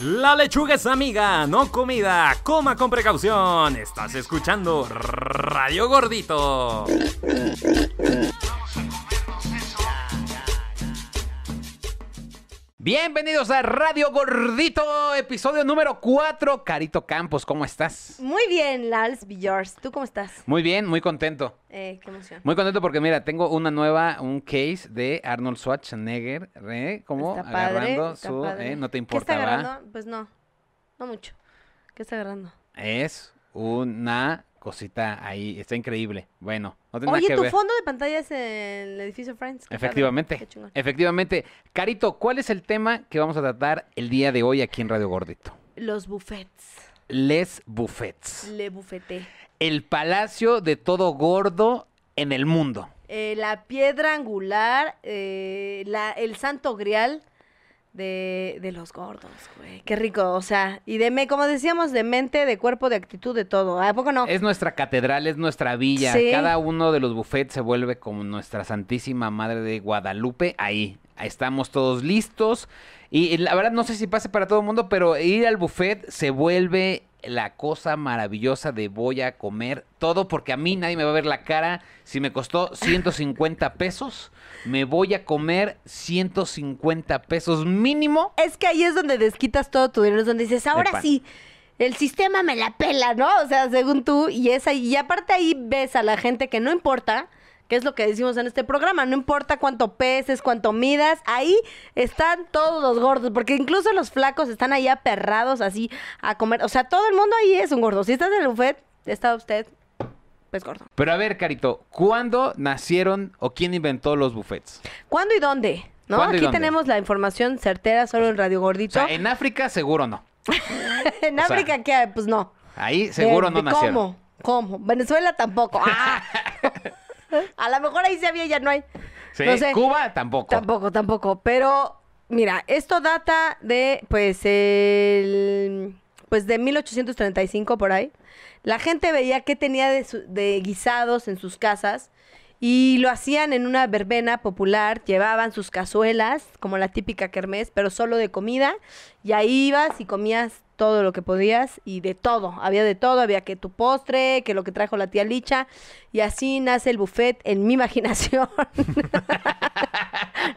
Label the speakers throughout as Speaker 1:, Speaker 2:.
Speaker 1: La lechuga es amiga, no comida. Coma con precaución. Estás escuchando Radio Gordito.
Speaker 2: Bienvenidos a Radio Gordito, episodio número 4. Carito Campos, ¿cómo estás?
Speaker 3: Muy bien, Lals Villars. ¿Tú cómo estás?
Speaker 2: Muy bien, muy contento.
Speaker 3: Eh, qué emoción.
Speaker 2: Muy contento porque mira, tengo una nueva, un case de Arnold Schwarzenegger, ¿eh? Como
Speaker 3: Está padre,
Speaker 2: agarrando
Speaker 3: está
Speaker 2: su...
Speaker 3: padre.
Speaker 2: ¿eh? No
Speaker 3: ¿Qué está
Speaker 2: te importa, ¿va?
Speaker 3: agarrando? Pues no, no mucho. ¿Qué está agarrando?
Speaker 2: Es una cosita ahí, está increíble. Bueno, no tiene
Speaker 3: Oye,
Speaker 2: nada que
Speaker 3: tu
Speaker 2: ver.
Speaker 3: fondo de pantalla es el edificio Friends. Qué padre,
Speaker 2: Efectivamente,
Speaker 3: qué chingón.
Speaker 2: efectivamente. Carito, ¿cuál es el tema que vamos a tratar el día de hoy aquí en Radio Gordito?
Speaker 3: Los buffets.
Speaker 2: Les Buffets.
Speaker 3: Le bufeté.
Speaker 2: El palacio de todo gordo en el mundo.
Speaker 3: Eh, la piedra angular, eh, la, el santo grial de, de los gordos, güey. Qué rico, o sea, y de me, como decíamos, de mente, de cuerpo, de actitud, de todo. ¿A poco no?
Speaker 2: Es nuestra catedral, es nuestra villa.
Speaker 3: Sí.
Speaker 2: Cada uno de los buffets se vuelve como nuestra Santísima Madre de Guadalupe. Ahí estamos todos listos. Y y la verdad, no sé si pase para todo el mundo, pero ir al buffet se vuelve la cosa maravillosa de voy a comer todo porque a mí nadie me va a ver la cara. Si me costó 150 pesos, me voy a comer 150 pesos mínimo.
Speaker 3: Es que ahí es donde desquitas todo tu dinero, es donde dices, ahora
Speaker 2: pan.
Speaker 3: sí, el sistema me la pela, ¿no? O sea, según tú, y es ahí, y aparte ahí ves a la gente que no importa, que es lo que decimos en este programa, no importa cuánto peses, cuánto midas, ahí están todos los gordos, porque incluso los flacos están ahí aperrados así a comer, o sea, todo el mundo ahí es un gordo. Si estás en el buffet, está usted, pues gordo.
Speaker 2: Pero a ver, Carito, ¿cuándo nacieron o quién inventó los buffets?
Speaker 3: ¿Cuándo y dónde? ¿No?
Speaker 2: ¿Cuándo y
Speaker 3: Aquí
Speaker 2: dónde?
Speaker 3: tenemos la información certera solo en Radio
Speaker 2: O
Speaker 3: Gordito.
Speaker 2: sea, en África seguro no.
Speaker 3: en
Speaker 2: o sea,
Speaker 3: África, ¿qué? Pues no.
Speaker 2: Ahí seguro
Speaker 3: De-
Speaker 2: no
Speaker 3: de
Speaker 2: nacieron.
Speaker 3: ¿Cómo? ¿Cómo? Venezuela tampoco. ¡Ah! A lo mejor ahí se había, ya no hay.
Speaker 2: Sí,
Speaker 3: No sé.
Speaker 2: Cuba tampoco.
Speaker 3: Tampoco, tampoco. Pero, mira, esto data de, pues, el... Pues de 1835 por ahí. La gente veía qué tenía de, su- de guisados en sus casas y lo hacían en una verbena popular. Llevaban sus cazuelas, como la típica kermés, pero solo de comida. Y ahí ibas y comías todo lo que podías y de todo. Había de todo, había que tu postre, que lo que trajo la tía Licha. Y así nace el buffet en mi imaginación.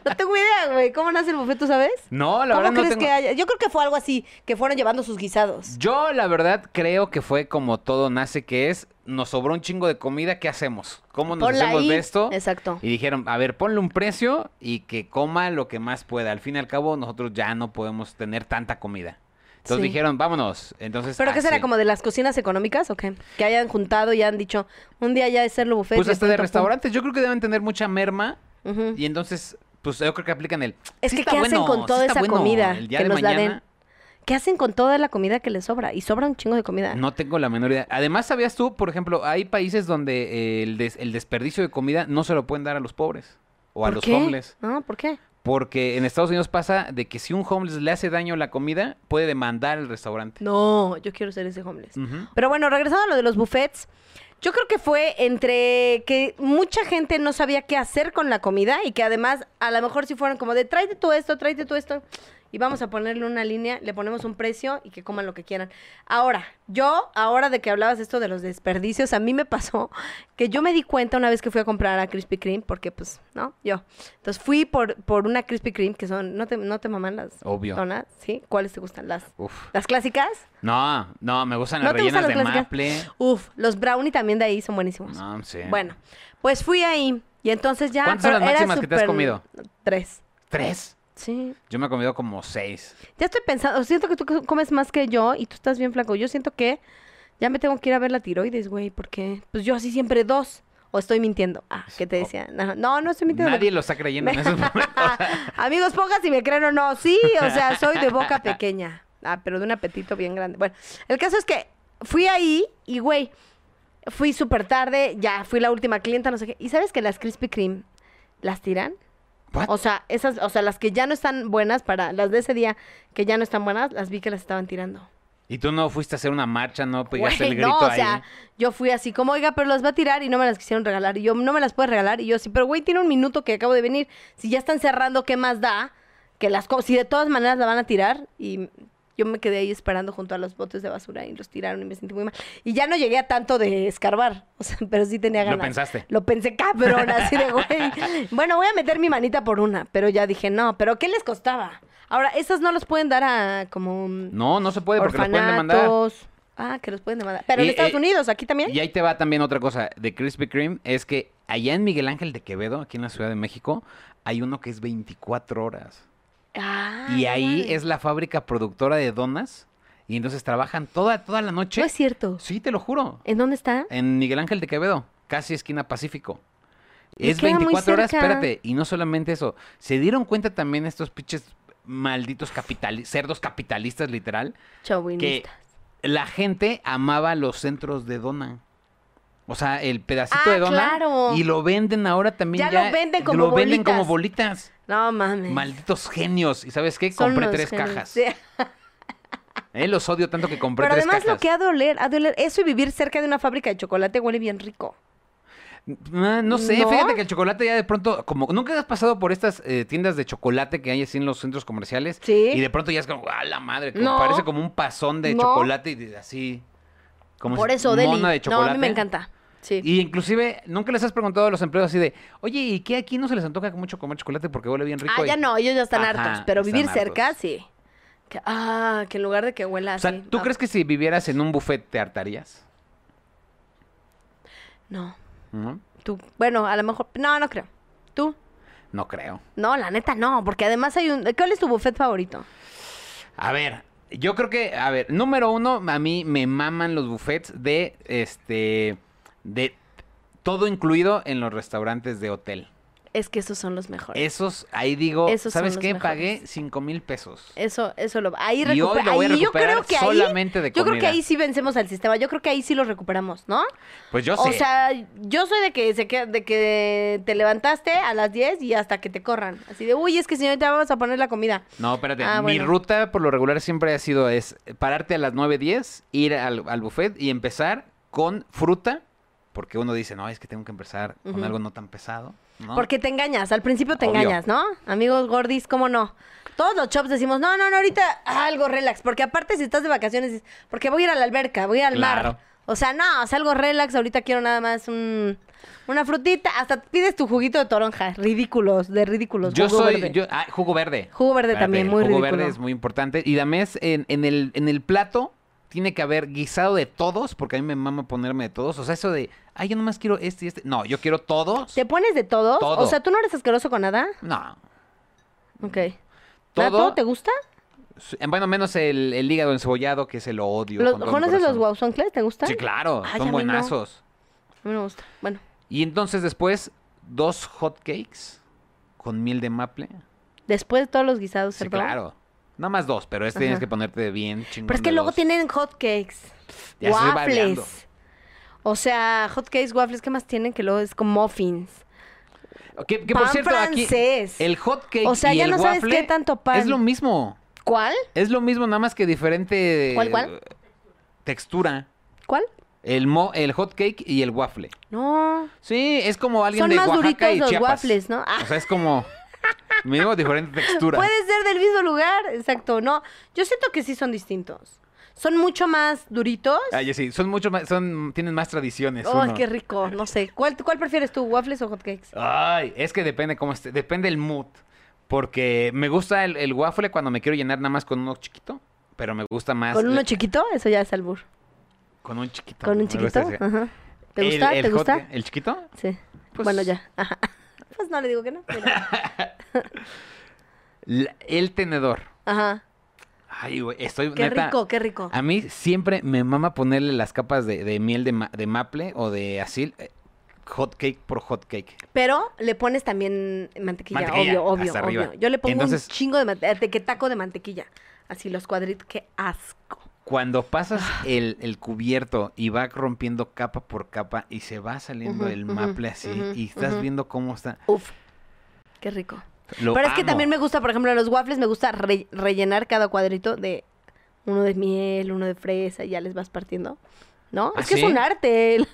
Speaker 3: No tengo idea, güey. ¿Cómo nace el buffet, tú sabes?
Speaker 2: No, la
Speaker 3: ¿Cómo
Speaker 2: verdad no
Speaker 3: crees
Speaker 2: tengo.
Speaker 3: que haya? Yo creo que fue algo así, que fueron llevando sus guisados.
Speaker 2: Yo la verdad creo que fue como todo nace que es, nos sobró un chingo de comida, ¿qué hacemos? ¿Cómo nos
Speaker 3: Ponla
Speaker 2: hacemos
Speaker 3: ahí.
Speaker 2: de esto?
Speaker 3: Exacto.
Speaker 2: Y dijeron, a ver, ponle un precio y que coma lo que más pueda. Al fin y al cabo, nosotros ya no podemos tener tanta comida. Entonces
Speaker 3: Sí.
Speaker 2: dijeron, vámonos. Entonces,
Speaker 3: ¿Pero qué será?
Speaker 2: así.
Speaker 3: ¿Como de las cocinas económicas o qué? Que hayan juntado y han dicho, un día ya hacerlo buffet.
Speaker 2: Pues
Speaker 3: y
Speaker 2: hasta de
Speaker 3: pronto, pum.
Speaker 2: restaurantes, yo creo que deben tener mucha merma
Speaker 3: Ujú.
Speaker 2: y entonces, pues yo creo que aplican el.
Speaker 3: Es
Speaker 2: "Sí
Speaker 3: que
Speaker 2: está
Speaker 3: ¿qué hacen
Speaker 2: bueno,
Speaker 3: con
Speaker 2: sí
Speaker 3: toda
Speaker 2: está
Speaker 3: esa
Speaker 2: bueno,
Speaker 3: comida
Speaker 2: el día
Speaker 3: que
Speaker 2: de
Speaker 3: nos la
Speaker 2: mañana".
Speaker 3: den? ¿Qué hacen con toda la comida que les sobra? Y sobra un chingo de comida.
Speaker 2: No tengo la menor idea. Además, ¿sabías tú, por ejemplo, hay países donde eh, el, des- el desperdicio de comida no se lo pueden dar a los pobres o a
Speaker 3: ¿Por
Speaker 2: los
Speaker 3: qué?
Speaker 2: homeless?
Speaker 3: No, ¿por qué?
Speaker 2: Porque en Estados Unidos pasa de que si un homeless le hace daño la comida, puede demandar al restaurante.
Speaker 3: No, yo quiero ser ese homeless.
Speaker 2: Ujú.
Speaker 3: Pero bueno, regresando a lo de los buffets, yo creo que fue entre que mucha gente no sabía qué hacer con la comida y que además a lo mejor si fueron como de tráete tú esto, tráete tú esto y vamos a ponerle una línea, le ponemos un precio y que coman lo que quieran. Ahora, yo, ahora de que hablabas esto de los desperdicios, a mí me pasó que yo me di cuenta una vez que fui a comprar a Krispy Kreme, porque pues, ¿no? Yo. Entonces fui por, por una Krispy Kreme, que son, no te, no te maman las
Speaker 2: Obvio.
Speaker 3: donas, ¿sí? ¿Cuáles te gustan? Las,
Speaker 2: Uf.
Speaker 3: las clásicas.
Speaker 2: No, no, me gustan
Speaker 3: ¿No
Speaker 2: las
Speaker 3: te gustan
Speaker 2: rellenas de
Speaker 3: las clásicas?
Speaker 2: maple.
Speaker 3: Uf, los brownie también de ahí son buenísimos.
Speaker 2: No, sí.
Speaker 3: Bueno, pues fui ahí y entonces ya.
Speaker 2: ¿Cuántas
Speaker 3: pero
Speaker 2: son las
Speaker 3: era
Speaker 2: máximas que te has
Speaker 3: súper-
Speaker 2: comido?
Speaker 3: Tres.
Speaker 2: ¿Tres?
Speaker 3: Sí.
Speaker 2: Yo me he comido como seis.
Speaker 3: Ya estoy pensando, siento que tú co- comes más que yo y tú estás bien flaco. Yo siento que ya me tengo que ir a ver la tiroides, güey, porque pues yo así siempre dos. O estoy mintiendo. Ah, ¿qué te decía? No, no, no estoy mintiendo.
Speaker 2: Nadie lo está creyendo en esos momentos.
Speaker 3: Amigos, pongan si me creen o no. Sí, o sea, soy de boca pequeña. Ah, pero de un apetito bien grande. Bueno, el caso es que fui ahí y, güey, fui súper tarde, ya fui la última clienta, no sé qué. ¿Y sabes que las Krispy Kreme las tiran?
Speaker 2: What?
Speaker 3: O sea, esas, o sea, las que ya no están buenas para, las de ese día que ya no están buenas, las vi que las estaban tirando.
Speaker 2: Y tú no fuiste a hacer una marcha, no pegaste
Speaker 3: Güey,
Speaker 2: el grito
Speaker 3: no, o
Speaker 2: ahí.
Speaker 3: sea, yo fui así como, oiga, pero las va a tirar y no me las quisieron regalar. Y yo, no me las puedes regalar. Y yo, sí, pero güey, tiene un minuto que acabo de venir. Si ya están cerrando, ¿qué más da? Que las co- si de todas maneras la van a tirar y Yo me quedé ahí esperando junto a los botes de basura y los tiraron y me sentí muy mal. Y ya no llegué a tanto de escarbar, o sea, pero sí tenía
Speaker 2: Lo
Speaker 3: ganas.
Speaker 2: pensaste.
Speaker 3: Lo pensé, cabrón, así de güey. Bueno, voy a meter mi manita por una, pero ya dije, no, pero ¿qué les costaba? Ahora, esas no los pueden dar a como mm,
Speaker 2: No, no se puede porque los pueden demandar.
Speaker 3: orfanatos. Ah, que los pueden demandar. Pero en
Speaker 2: Y,
Speaker 3: Estados
Speaker 2: eh,
Speaker 3: Unidos, aquí también.
Speaker 2: Y ahí te va también otra cosa de Krispy Kreme, es que allá en Miguel Ángel de Quevedo, aquí en la Ciudad de México, hay uno que es 24 horas.
Speaker 3: Ah,
Speaker 2: y ahí
Speaker 3: órale.
Speaker 2: es la fábrica productora de donas y entonces trabajan toda toda la noche.
Speaker 3: No es cierto.
Speaker 2: Sí, Eh, te lo juro.
Speaker 3: ¿En dónde está?
Speaker 2: En Miguel Ángel de Quevedo, casi esquina Pacífico.
Speaker 3: Me
Speaker 2: Es
Speaker 3: queda muy
Speaker 2: 24 horas,
Speaker 3: cerca.
Speaker 2: espérate. Y no solamente eso, se dieron cuenta también estos pinches malditos capitali- cerdos capitalistas literal
Speaker 3: Chauvinistas.
Speaker 2: la gente amaba los centros de dona. O sea, el pedacito
Speaker 3: Ah,
Speaker 2: de dona.
Speaker 3: claro.
Speaker 2: Y lo venden ahora también.
Speaker 3: Ya lo venden como
Speaker 2: lo venden como bolitas.
Speaker 3: No mames.
Speaker 2: Malditos genios. ¿Y sabes qué?
Speaker 3: Son
Speaker 2: Compré
Speaker 3: unos
Speaker 2: tres
Speaker 3: genios.
Speaker 2: cajas.
Speaker 3: Sí.
Speaker 2: Eh, los odio tanto que compré
Speaker 3: Pero
Speaker 2: tres
Speaker 3: además lo
Speaker 2: cajas.
Speaker 3: que ha de oler, ha de oler eso y vivir cerca de una fábrica de chocolate huele bien rico.
Speaker 2: Ah, No sé,
Speaker 3: ¿No?
Speaker 2: fíjate que el chocolate ya de pronto, como nunca has pasado por estas eh, tiendas de chocolate que hay así en los centros comerciales.
Speaker 3: Sí.
Speaker 2: Y de pronto ya es como, ¡ah, la madre! como
Speaker 3: No.
Speaker 2: Parece como un pasón de
Speaker 3: No.
Speaker 2: chocolate y de- así. Como
Speaker 3: Por
Speaker 2: si-
Speaker 3: eso, Deli.
Speaker 2: mona de
Speaker 3: no, a
Speaker 2: chocolate.
Speaker 3: mí me encanta. Sí.
Speaker 2: Y inclusive, ¿nunca les has preguntado a los empleados así de, oye, ¿y qué aquí no se les antoja mucho comer chocolate porque huele bien rico?
Speaker 3: ah,
Speaker 2: Y-
Speaker 3: ya no, ellos ya están
Speaker 2: Ajá,
Speaker 3: hartos. Pero
Speaker 2: están
Speaker 3: vivir
Speaker 2: hartos.
Speaker 3: cerca, sí. Que- ah, que en lugar de que huela
Speaker 2: O sea,
Speaker 3: así.
Speaker 2: ¿tú
Speaker 3: ah,
Speaker 2: crees que si vivieras en un buffet te hartarías?
Speaker 3: No.
Speaker 2: ¿No?
Speaker 3: Tú, bueno, a lo mejor. No, no creo. ¿Tú?
Speaker 2: No creo.
Speaker 3: No, la neta no, porque además hay un. ¿Cuál es tu buffet favorito?
Speaker 2: A ver, yo creo que, a ver, número uno, a mí me maman los buffets de, este, de todo incluido en los restaurantes de hotel.
Speaker 3: Es que esos son los mejores.
Speaker 2: Esos, ahí digo,
Speaker 3: Esos son
Speaker 2: ¿sabes
Speaker 3: los
Speaker 2: qué?
Speaker 3: mejores.
Speaker 2: Pagué cinco mil pesos.
Speaker 3: Eso, eso lo. Ahí,
Speaker 2: Y hoy
Speaker 3: recupera-
Speaker 2: lo voy a
Speaker 3: ahí yo
Speaker 2: recuperar
Speaker 3: creo que ahí.
Speaker 2: solamente de
Speaker 3: Yo creo que
Speaker 2: comida.
Speaker 3: ahí sí vencemos al sistema. Yo creo que ahí sí los recuperamos, ¿no?
Speaker 2: Pues yo
Speaker 3: O
Speaker 2: sé.
Speaker 3: sea, yo soy de que se queda- de que te levantaste a las 10 y hasta que te corran. Así de, uy, es que señorita, vamos a poner la comida.
Speaker 2: No, espérate.
Speaker 3: Ah,
Speaker 2: Mi
Speaker 3: bueno.
Speaker 2: ruta por lo regular siempre ha sido es pararte a las 9.10, ir al, al buffet y empezar con fruta, porque uno dice, no, es que tengo que empezar con
Speaker 3: Ujú.
Speaker 2: algo no tan pesado. ¿no?
Speaker 3: Porque te engañas, al principio te
Speaker 2: Obvio.
Speaker 3: engañas, ¿no? Amigos gordis, ¿cómo no? Todos los chops decimos, no, no, no, ahorita algo relax. Porque aparte, si estás de vacaciones, dices, porque voy a ir a la alberca, voy a ir al
Speaker 2: Claro.
Speaker 3: mar. O sea, no, salgo relax, ahorita quiero nada más un- una frutita. Hasta pides tu juguito de toronja. Ridículos, de ridículos.
Speaker 2: yo
Speaker 3: jugo
Speaker 2: soy,
Speaker 3: verde.
Speaker 2: yo, ah, jugo verde.
Speaker 3: Jugo verde
Speaker 2: Espérate,
Speaker 3: también,
Speaker 2: el
Speaker 3: muy
Speaker 2: jugo
Speaker 3: ridículo.
Speaker 2: verde es muy importante. Y además, en, en el, en el plato tiene que haber guisado de todos, porque a mí me mama ponerme de todos. O sea, eso de, ay, yo nomás quiero este y este. No, yo quiero todos.
Speaker 3: ¿Te pones de todos?
Speaker 2: Todo.
Speaker 3: O sea, ¿tú no eres asqueroso con nada?
Speaker 2: No.
Speaker 3: Ok.
Speaker 2: Todo-
Speaker 3: ¿Nada, ¿Todo te gusta?
Speaker 2: Sí, Bueno, menos el, el hígado encebollado, que se lo odio.
Speaker 3: Los-
Speaker 2: con todo mi
Speaker 3: ¿Conoces los
Speaker 2: corazón.
Speaker 3: guauzoncles? ¿Te gustan?
Speaker 2: Sí, claro,
Speaker 3: Ay, a
Speaker 2: son
Speaker 3: mí no.
Speaker 2: buenazos.
Speaker 3: A mí no me gusta. Bueno,
Speaker 2: Y entonces después, dos hot cakes con miel de maple.
Speaker 3: después de todos los guisados,
Speaker 2: Sí,
Speaker 3: ¿cierto?
Speaker 2: claro. Nada más dos, pero este tienes
Speaker 3: Ajá.
Speaker 2: que ponerte bien chingón.
Speaker 3: Pero es que
Speaker 2: de
Speaker 3: luego
Speaker 2: dos.
Speaker 3: tienen hotcakes,
Speaker 2: Ya estoy babeando.
Speaker 3: waffles. O sea, hotcakes, waffles, ¿qué más tienen? Que luego es como muffins.
Speaker 2: Que, que por
Speaker 3: pan
Speaker 2: cierto,
Speaker 3: francés.
Speaker 2: aquí el hot cake
Speaker 3: O sea,
Speaker 2: y
Speaker 3: ya
Speaker 2: el
Speaker 3: no sabes
Speaker 2: waffle
Speaker 3: qué tanto pan.
Speaker 2: es lo mismo.
Speaker 3: ¿Cuál?
Speaker 2: Es lo mismo, nada más que diferente
Speaker 3: ¿Cuál, cuál?
Speaker 2: textura.
Speaker 3: ¿Cuál?
Speaker 2: El mo, el hot cake y el waffle.
Speaker 3: No.
Speaker 2: Sí, es como alguien
Speaker 3: Son
Speaker 2: de
Speaker 3: más
Speaker 2: Oaxaca
Speaker 3: duritos
Speaker 2: y
Speaker 3: los
Speaker 2: Chiapas.
Speaker 3: waffles, ¿no? Ah.
Speaker 2: O sea, es como mismo diferente textura.
Speaker 3: Puede ser del mismo lugar, exacto. No, yo siento que sí son distintos. Son mucho más duritos.
Speaker 2: Ah, ya sí, son mucho más, son, tienen más tradiciones.
Speaker 3: Ay,
Speaker 2: uno.
Speaker 3: qué rico, no sé. ¿Cuál, ¿Cuál prefieres tú, waffles o hotcakes?
Speaker 2: Ay, es que depende cómo esté, depende el mood. Porque me gusta el, el waffle cuando me quiero llenar nada más con uno chiquito, pero me gusta más
Speaker 3: ¿Con uno
Speaker 2: le-
Speaker 3: chiquito? Eso ya es albur.
Speaker 2: con un chiquito.
Speaker 3: ¿Con un
Speaker 2: me gusta
Speaker 3: chiquito?
Speaker 2: ese.
Speaker 3: Ajá. ¿Te
Speaker 2: El-
Speaker 3: gusta?
Speaker 2: el
Speaker 3: ¿Te
Speaker 2: hot
Speaker 3: gusta?
Speaker 2: cake- ¿El chiquito?
Speaker 3: Sí.
Speaker 2: Pues-
Speaker 3: Bueno, ya. Ajá. Pues no le digo que no. pero-
Speaker 2: La- el tenedor.
Speaker 3: Ajá.
Speaker 2: Ay, güey, estoy
Speaker 3: Qué
Speaker 2: neta,
Speaker 3: rico, qué rico.
Speaker 2: A mí siempre me mama ponerle las capas de, de miel de, ma- de maple o de asil. eh, Hot cake por hot cake.
Speaker 3: Pero le pones también mantequilla,
Speaker 2: Mantequilla,
Speaker 3: obvio, obvio,
Speaker 2: hasta
Speaker 3: obvio.
Speaker 2: arriba.
Speaker 3: Yo le pongo
Speaker 2: Entonces-
Speaker 3: un chingo de, mante- de que taco de mantequilla. Así los cuadritos, qué asco.
Speaker 2: Cuando pasas
Speaker 3: Ah.
Speaker 2: el, el cubierto y va rompiendo capa por capa y se va saliendo
Speaker 3: Ujú,
Speaker 2: el
Speaker 3: ujú,
Speaker 2: maple así
Speaker 3: ujú,
Speaker 2: y estás
Speaker 3: ujú.
Speaker 2: viendo cómo está.
Speaker 3: Uf. Qué rico.
Speaker 2: Lo
Speaker 3: Pero es que
Speaker 2: amo.
Speaker 3: también me gusta, por ejemplo, en los waffles me gusta re- rellenar cada cuadrito de uno de miel, uno de fresa, y ya les vas partiendo. ¿No?
Speaker 2: ¿Ah,
Speaker 3: es que
Speaker 2: sí?
Speaker 3: es un arte.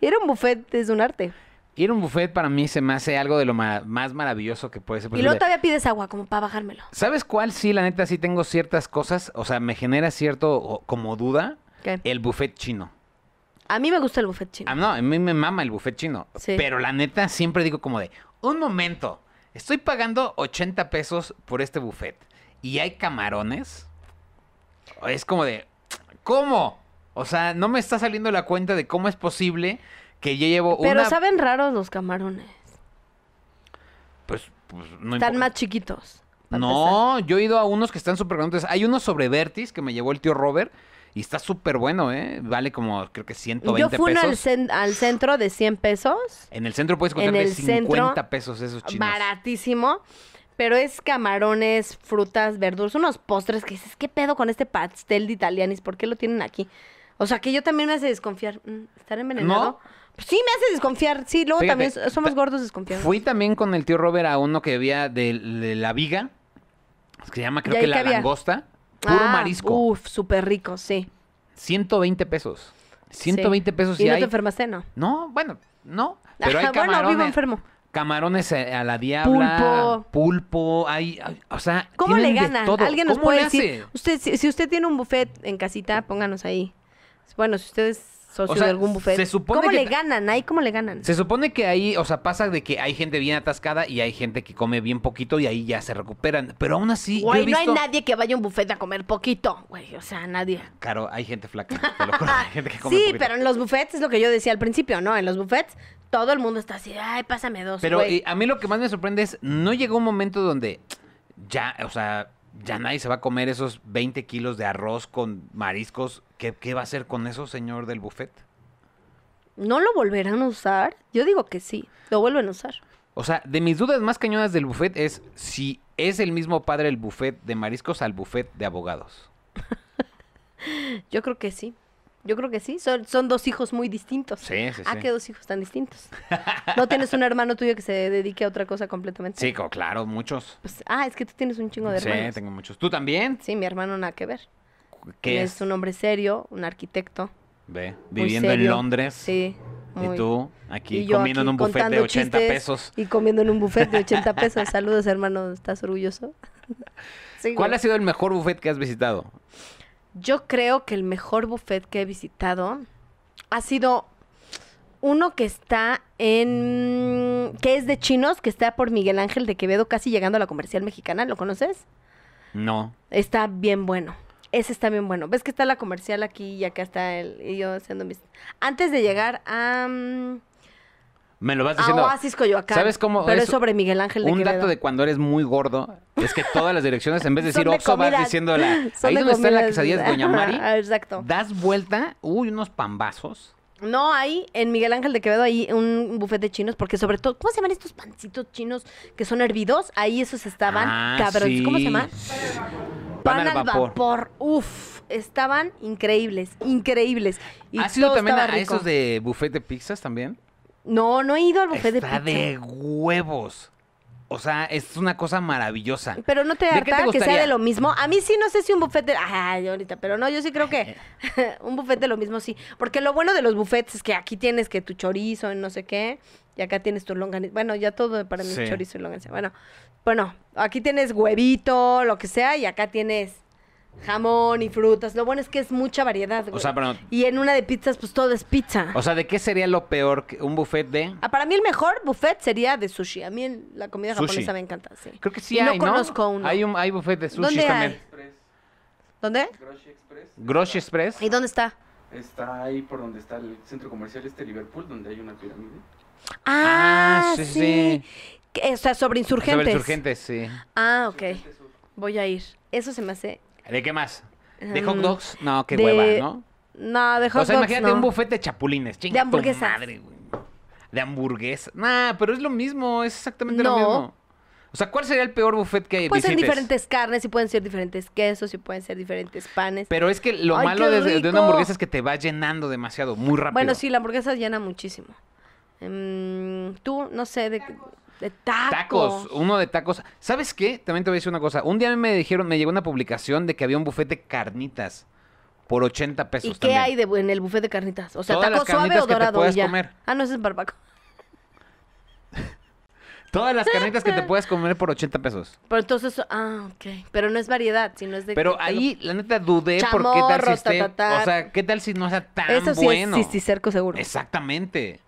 Speaker 3: Ir a un buffet es un arte.
Speaker 2: Ir a un buffet para mí se me hace algo de lo ma- más maravilloso que puede ser
Speaker 3: Y
Speaker 2: posible.
Speaker 3: luego todavía pides agua como para bajármelo.
Speaker 2: ¿Sabes cuál? Sí, la neta, sí tengo ciertas cosas. O sea, me genera cierto o- como duda
Speaker 3: ¿Qué?
Speaker 2: el buffet chino.
Speaker 3: A mí me gusta el buffet chino.
Speaker 2: Ah, no, a mí me mama el buffet chino.
Speaker 3: Sí.
Speaker 2: Pero la neta, siempre digo como de, un momento, estoy pagando 80 pesos por este buffet y hay camarones. Es como de, ¿cómo? O sea, no me está saliendo la cuenta de cómo es posible que yo llevo
Speaker 3: Pero
Speaker 2: una...
Speaker 3: saben raros los camarones.
Speaker 2: Pues, pues, no
Speaker 3: Están
Speaker 2: importa.
Speaker 3: más chiquitos. para empezar.
Speaker 2: No, yo he ido a unos que están súper grandes. Hay uno sobre Vertis que me llevó el tío Robert y está súper bueno, ¿eh? Vale como, creo que 120
Speaker 3: Yo fui uno al,
Speaker 2: pesos.
Speaker 3: cen- al centro de 100 pesos,
Speaker 2: En el centro puedes
Speaker 3: En
Speaker 2: encontrar de
Speaker 3: el
Speaker 2: 50
Speaker 3: centro,
Speaker 2: pesos esos chinos.
Speaker 3: baratísimo. Pero es camarones, frutas, verduras, unos postres que dices, ¿qué pedo con este pastel de italianis? ¿Por qué lo tienen aquí? O sea, que yo también me hace desconfiar. Mm, ¿Estar envenenado?
Speaker 2: ¿No?
Speaker 3: Pues sí, me hace desconfiar. Sí, luego
Speaker 2: Fíjate,
Speaker 3: también so- somos
Speaker 2: ta-
Speaker 3: gordos desconfiados.
Speaker 2: Fui también con el tío Robert a uno que había de, de la viga, que se llama
Speaker 3: ¿Y
Speaker 2: creo
Speaker 3: ahí
Speaker 2: que
Speaker 3: qué
Speaker 2: la
Speaker 3: había?
Speaker 2: langosta, puro
Speaker 3: Ah,
Speaker 2: marisco,
Speaker 3: Uf, súper rico, sí.
Speaker 2: 120 pesos.
Speaker 3: sí.
Speaker 2: 120 pesos
Speaker 3: ¿Y
Speaker 2: y
Speaker 3: no
Speaker 2: hay...
Speaker 3: te enfermaste, no?
Speaker 2: No, bueno, no, pero hay
Speaker 3: Ajá, bueno,
Speaker 2: camarones.
Speaker 3: vivo enfermo.
Speaker 2: Camarones eh, a a la diabla,
Speaker 3: Pulpo.
Speaker 2: pulpo, hay, hay- o sea,
Speaker 3: ¿Cómo le
Speaker 2: tienen de
Speaker 3: ganan?
Speaker 2: todo.
Speaker 3: Alguien nos
Speaker 2: ¿Cómo le
Speaker 3: puede decir.
Speaker 2: hace?
Speaker 3: Usted, si, si usted tiene un buffet en casita, pónganos ahí. Bueno, si usted es socio
Speaker 2: O sea,
Speaker 3: de algún buffet.
Speaker 2: se supone
Speaker 3: ¿Cómo
Speaker 2: que
Speaker 3: le
Speaker 2: ta-
Speaker 3: ganan? Ahí, ¿cómo le ganan?
Speaker 2: Se supone que ahí, o sea, pasa de que hay gente bien atascada y hay gente que come bien poquito y ahí ya se recuperan, pero aún así yo he
Speaker 3: Güey, no hay
Speaker 2: visto-
Speaker 3: nadie que vaya a un buffet a comer poquito, güey. O sea, nadie.
Speaker 2: Claro, hay gente flaca, te lo juro, hay gente que come
Speaker 3: Sí,
Speaker 2: poquito.
Speaker 3: pero en los buffets es lo que yo decía al principio, ¿no? En los buffets todo el mundo está así, ay, pásame dos.
Speaker 2: Pero
Speaker 3: güey".
Speaker 2: eh, a mí lo que más me sorprende es, no llegó un momento donde ya, o sea, ya nadie se va a comer esos 20 kilos de arroz con mariscos. ¿Qué, qué va a hacer con eso, señor del buffet?
Speaker 3: ¿No lo volverán a usar? Yo digo que sí, lo vuelven a usar.
Speaker 2: O sea, de mis dudas más cañonas del buffet es si es el mismo padre el buffet de mariscos al buffet de abogados.
Speaker 3: Yo creo que sí. Yo creo que sí. Son, son dos hijos muy distintos.
Speaker 2: Sí, sí,
Speaker 3: Ah,
Speaker 2: sí.
Speaker 3: que dos hijos tan distintos. ¿No tienes un hermano tuyo que se dedique a otra cosa completamente?
Speaker 2: Sí, co- claro, muchos.
Speaker 3: Pues, ah, es que tú tienes un chingo de
Speaker 2: Sí,
Speaker 3: hermanos.
Speaker 2: tengo muchos. ¿Tú también?
Speaker 3: Sí, mi hermano nada que ver.
Speaker 2: ¿Qué
Speaker 3: es?
Speaker 2: es?
Speaker 3: un hombre serio, un arquitecto.
Speaker 2: Ve,
Speaker 3: muy
Speaker 2: viviendo en
Speaker 3: serio.
Speaker 2: Londres.
Speaker 3: Sí. muy-
Speaker 2: Y tú, aquí
Speaker 3: y yo
Speaker 2: comiendo en
Speaker 3: aquí
Speaker 2: un buffet de
Speaker 3: contando
Speaker 2: 80
Speaker 3: chistes
Speaker 2: pesos.
Speaker 3: Y comiendo en un buffet de 80 pesos. Saludos, hermano. ¿Estás orgulloso? Sí,
Speaker 2: ¿Cuál
Speaker 3: güey.
Speaker 2: ha sido el mejor buffet que has visitado?
Speaker 3: Yo creo que el mejor buffet que he visitado ha sido uno que está en... que es de chinos, que está por Miguel Ángel de Quevedo, casi llegando a la comercial mexicana. ¿Lo conoces?
Speaker 2: No.
Speaker 3: Está bien bueno. Ese está bien bueno. ¿Ves que está la comercial aquí y acá está el, y yo haciendo mis... Antes de llegar a, mm,
Speaker 2: Me lo vas
Speaker 3: a
Speaker 2: diciendo.
Speaker 3: Ah, Oasis Coyoacán.
Speaker 2: ¿Sabes cómo
Speaker 3: Pero
Speaker 2: es
Speaker 3: es, sobre Miguel Ángel de
Speaker 2: Un
Speaker 3: Quevedo.
Speaker 2: dato de cuando eres muy gordo es que todas las direcciones, en vez de
Speaker 3: Son
Speaker 2: decir
Speaker 3: de
Speaker 2: Oxxo, vas
Speaker 3: comidas.
Speaker 2: diciendo la. Ahí
Speaker 3: Son de
Speaker 2: donde está
Speaker 3: comidas.
Speaker 2: la
Speaker 3: Ah,
Speaker 2: quesadilla de Doña Mari.
Speaker 3: Ajá, Exacto.
Speaker 2: Das vuelta, uy, unos pambazos.
Speaker 3: No, ahí en Miguel Ángel de Quevedo hay un buffet de chinos, porque sobre todo, ¿cómo se llaman estos pancitos chinos que son hervidos? Ahí esos estaban,
Speaker 2: Ah,
Speaker 3: cabrón. ¿Cómo se
Speaker 2: sí.
Speaker 3: llaman?
Speaker 2: Pan al vapor.
Speaker 3: Uf, estaban increíbles, increíbles. Y
Speaker 2: ¿Has ido
Speaker 3: todo
Speaker 2: también a,
Speaker 3: estaba
Speaker 2: a
Speaker 3: rico.
Speaker 2: esos de buffet de pizzas también?
Speaker 3: No, no he ido al buffet de pizza.
Speaker 2: Está de huevos. O sea, es una cosa maravillosa.
Speaker 3: Pero no te
Speaker 2: ¿De qué te
Speaker 3: harta que sea
Speaker 2: gustaría?
Speaker 3: de lo mismo. A mí sí no sé si un buffet de... Ay, ahorita, pero no, yo sí creo que
Speaker 2: eh.
Speaker 3: un buffet de lo mismo sí. Porque lo bueno de los buffets es que aquí tienes que tu chorizo y no sé qué. Y acá tienes tu longaniza. Bueno, ya todo para mí es
Speaker 2: Sí.
Speaker 3: chorizo y longaniza. Bueno, bueno, aquí tienes huevito, lo que sea. Y acá tienes jamón y frutas. Lo bueno es que es mucha variedad, güey.
Speaker 2: sea, pero-
Speaker 3: Y en una de pizzas, pues todo es pizza.
Speaker 2: O sea, ¿de qué sería lo peor que un buffet de?
Speaker 3: Ah, para mí el mejor buffet sería de sushi. A mí el- la comida
Speaker 2: Sushi.
Speaker 3: japonesa me encanta, sí.
Speaker 2: Creo que sí
Speaker 3: Y
Speaker 2: hay,
Speaker 3: no
Speaker 2: ¿no?
Speaker 3: conozco uno.
Speaker 2: Hay, un, hay buffet de sushi
Speaker 3: ¿Dónde hay?
Speaker 2: también.
Speaker 3: ¿Dónde?
Speaker 4: Grocery Express.
Speaker 2: Grocery Express.
Speaker 3: ¿Y dónde está?
Speaker 4: Está ahí por donde está el centro comercial este Liverpool, donde hay una pirámide.
Speaker 3: Ah,
Speaker 2: Ah,
Speaker 3: sí,
Speaker 2: sí, sí.
Speaker 3: Que- O sea, sobre insurgentes.
Speaker 2: Sobre Insurgentes, sí.
Speaker 3: Ah, ok.
Speaker 4: Surgente Sur.
Speaker 3: Voy a ir. Eso se me hace.
Speaker 2: ¿De qué más? ¿De hot
Speaker 3: Mm,
Speaker 2: dogs? No, qué
Speaker 3: de-
Speaker 2: hueva, ¿no?
Speaker 3: No, de hot
Speaker 2: o sea,
Speaker 3: dogs,
Speaker 2: imagínate
Speaker 3: no.
Speaker 2: un buffet de chapulines. Chinga
Speaker 3: De
Speaker 2: tu
Speaker 3: hamburguesas.
Speaker 2: madre, güey. De hamburguesas. Nah, pero es lo mismo, es exactamente
Speaker 3: No.
Speaker 2: lo mismo. O sea, ¿cuál sería el peor buffet que
Speaker 3: Pueden ser
Speaker 2: visites?
Speaker 3: diferentes carnes y pueden ser diferentes quesos y pueden ser diferentes panes.
Speaker 2: Pero es que lo
Speaker 3: ¡Ay,
Speaker 2: malo
Speaker 3: qué
Speaker 2: de, de
Speaker 3: rico!
Speaker 2: una hamburguesa es que te va llenando demasiado, muy rápido.
Speaker 3: bueno, sí, la hamburguesa llena muchísimo. Em, tú, no sé, de, de tacos.
Speaker 2: Tacos, uh, uno de tacos. ¿Sabes qué? También te voy a decir una cosa. Un día me dijeron, me llegó una publicación de que había un buffet de carnitas por 80 pesos
Speaker 3: ¿Y qué
Speaker 2: también.
Speaker 3: hay de, bu- en el buffet de carnitas? O sea,
Speaker 2: Todas las
Speaker 3: taco suave
Speaker 2: carnitas
Speaker 3: o
Speaker 2: que te
Speaker 3: dorado y
Speaker 2: puedas
Speaker 3: ya.
Speaker 2: comer.
Speaker 3: Ah, no, ese es barbacoa.
Speaker 2: Todas las carnitas que te puedas comer por 80 pesos.
Speaker 3: Pero entonces, ah, ok. Pero no es variedad, sino es de.
Speaker 2: Pero
Speaker 3: que te lo-
Speaker 2: ahí, la neta, dudé por qué tal si
Speaker 3: Chamorro,
Speaker 2: esté.
Speaker 3: ta, ta, ta.
Speaker 2: O sea, ¿qué tal si no sea tan
Speaker 3: Eso sí
Speaker 2: bueno?
Speaker 3: es cisticerco seguro.
Speaker 2: Exactamente.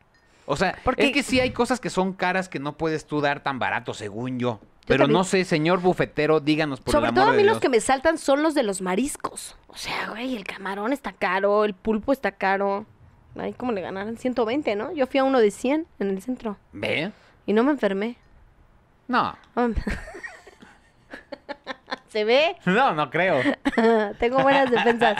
Speaker 2: O sea,
Speaker 3: Porque-
Speaker 2: es que sí hay cosas que son caras que no puedes tú dar tan barato, según yo. Pero
Speaker 3: también-
Speaker 2: no sé, señor bufetero, díganos por
Speaker 3: Sobre
Speaker 2: el
Speaker 3: todo
Speaker 2: amor
Speaker 3: a mí
Speaker 2: de
Speaker 3: los
Speaker 2: Dios.
Speaker 3: que me saltan son los de los mariscos. O sea, güey, el camarón está caro, el pulpo está caro. Ay, ¿cómo le ganaron? 120, ¿no? Yo fui a uno de 100 en el centro
Speaker 2: ¿Ve?
Speaker 3: y no me enfermé.
Speaker 2: No,
Speaker 3: Ah, ¿Se ve?
Speaker 2: no, no creo.
Speaker 3: Tengo buenas defensas.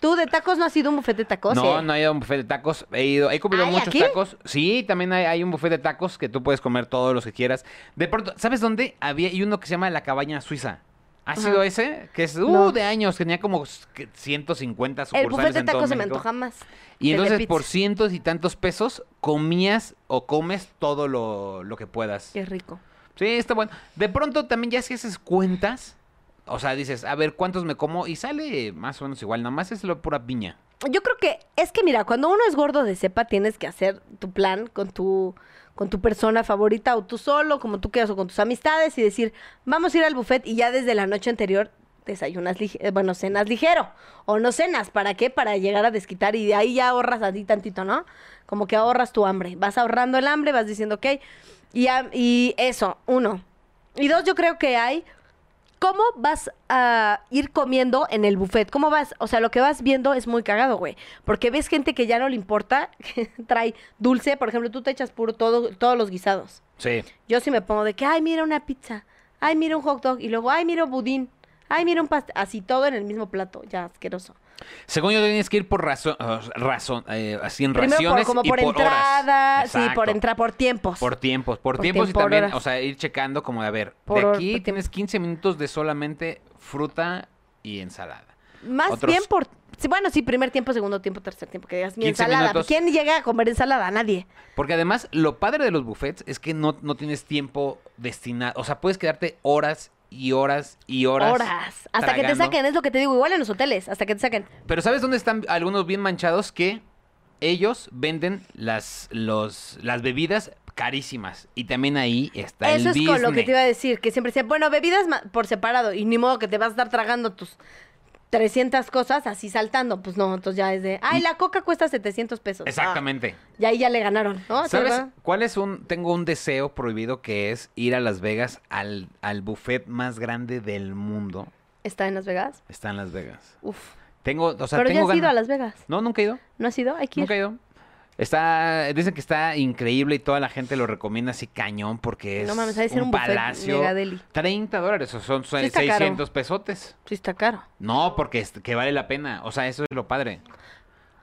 Speaker 3: ¿Tú de tacos no has sido un bufete de tacos?
Speaker 2: No,
Speaker 3: eh?
Speaker 2: no he ido a un buffet de tacos. He ido, he comido
Speaker 3: ¿Hay
Speaker 2: muchos
Speaker 3: aquí?
Speaker 2: tacos. Sí, también hay, hay un buffet de tacos que tú puedes comer todos los que quieras. De pronto, ¿sabes dónde? Había hay uno que se llama La Cabaña Suiza. ¿Ha
Speaker 3: Ajá.
Speaker 2: sido ese? Que es uh,
Speaker 3: No.
Speaker 2: de años, que tenía como s- que 150 sucursales
Speaker 3: El bufete de
Speaker 2: en todo
Speaker 3: tacos se me
Speaker 2: México.
Speaker 3: antoja más. que el
Speaker 2: Y
Speaker 3: de
Speaker 2: entonces
Speaker 3: pizza.
Speaker 2: por cientos y tantos pesos comías o comes todo lo, lo que puedas.
Speaker 3: Qué rico.
Speaker 2: Sí, está bueno. De pronto también ya si haces cuentas, o sea, dices, a ver, ¿cuántos me como? Y sale más o menos igual, nada más es la pura piña.
Speaker 3: Yo creo que es que mira, cuando uno es gordo de cepa tienes que hacer tu plan con tu con tu persona favorita o tú solo, como tú quieras o con tus amistades y decir, "Vamos a ir al buffet" y ya desde la noche anterior desayunas, lige- eh, bueno, cenas ligero o no cenas, ¿para qué? Para llegar a desquitar y de ahí ya ahorras así tantito, ¿no? Como que ahorras tu hambre, vas ahorrando el hambre, vas diciendo, ok, y, a- y eso, uno. Y dos, yo creo que hay ¿Cómo vas a ir comiendo en el buffet? ¿Cómo vas? O sea, lo que vas viendo es muy cagado, güey. Porque ves gente que ya no le importa, que trae dulce. Por ejemplo, tú te echas puro todo, todos los guisados.
Speaker 2: Sí.
Speaker 3: Yo sí me pongo de que, ay, mira una pizza. Ay, mira un hot dog. Y luego, ay, mira un budín. Ay, mira un pastel. Así todo en el mismo plato. Ya, asqueroso.
Speaker 2: Según yo tienes que ir por razón, razón, eh, así en
Speaker 3: Primero por,
Speaker 2: raciones
Speaker 3: como
Speaker 2: y
Speaker 3: por,
Speaker 2: por
Speaker 3: entrada.
Speaker 2: horas.
Speaker 3: Sí, por
Speaker 2: Exacto.
Speaker 3: entrada, por tiempos.
Speaker 2: Por tiempos, por,
Speaker 3: Por
Speaker 2: tiempos
Speaker 3: tiempo,
Speaker 2: y también,
Speaker 3: horas.
Speaker 2: o sea, ir checando como de, a ver,
Speaker 3: Por
Speaker 2: de
Speaker 3: hor-
Speaker 2: aquí
Speaker 3: por
Speaker 2: tienes 15 minutos de solamente fruta y ensalada.
Speaker 3: Más
Speaker 2: Otros-
Speaker 3: bien por. sí, bueno, sí, primer tiempo, segundo tiempo, tercer tiempo. Que digas mi
Speaker 2: 15
Speaker 3: ensalada.
Speaker 2: minutos.
Speaker 3: ¿Quién llega a comer ensalada? Nadie.
Speaker 2: Porque además, lo padre de los buffets es que no, no tienes tiempo destinado. O sea, puedes quedarte horas y horas y horas.
Speaker 3: horas. Hasta que te
Speaker 2: tragando.
Speaker 3: saquen, es lo que te digo, igual en los hoteles, hasta que te saquen.
Speaker 2: Pero ¿sabes dónde están algunos bien manchados? Que ellos venden las, los, las bebidas carísimas. Y también ahí está
Speaker 3: Eso
Speaker 2: el
Speaker 3: es
Speaker 2: Disney.
Speaker 3: con lo que te iba a decir, que siempre decían, bueno, bebidas ma- por separado, y ni modo que te vas a estar tragando tus 300 cosas así saltando. Pues no, entonces ya es de, ay,
Speaker 2: Y-
Speaker 3: la coca cuesta 700 pesos.
Speaker 2: Exactamente.
Speaker 3: Ah, y ahí ya le ganaron, ¿no?
Speaker 2: ¿Sabes
Speaker 3: Entonces,
Speaker 2: cuál es un... Tengo un deseo prohibido que es ir a Las Vegas al, al buffet más grande del mundo.
Speaker 3: Está en Las Vegas.
Speaker 2: Está en Las Vegas.
Speaker 3: Uf.
Speaker 2: Tengo, o sea,
Speaker 3: Pero ya
Speaker 2: tengo
Speaker 3: has ido
Speaker 2: ganas-
Speaker 3: a Las Vegas.
Speaker 2: No, nunca he ido.
Speaker 3: ¿No has ido? Hay que ir.
Speaker 2: Nunca he ido. Está, dicen que está increíble y toda la gente lo recomienda así cañón porque es
Speaker 3: No mames, ha de ser
Speaker 2: un,
Speaker 3: un buffet
Speaker 2: palacio.
Speaker 3: mega deli.
Speaker 2: 30 dólares, o son
Speaker 3: Sí está caro.
Speaker 2: 600 pesotes.
Speaker 3: Sí, está caro.
Speaker 2: No, porque es- que vale la pena. O sea, eso es lo padre.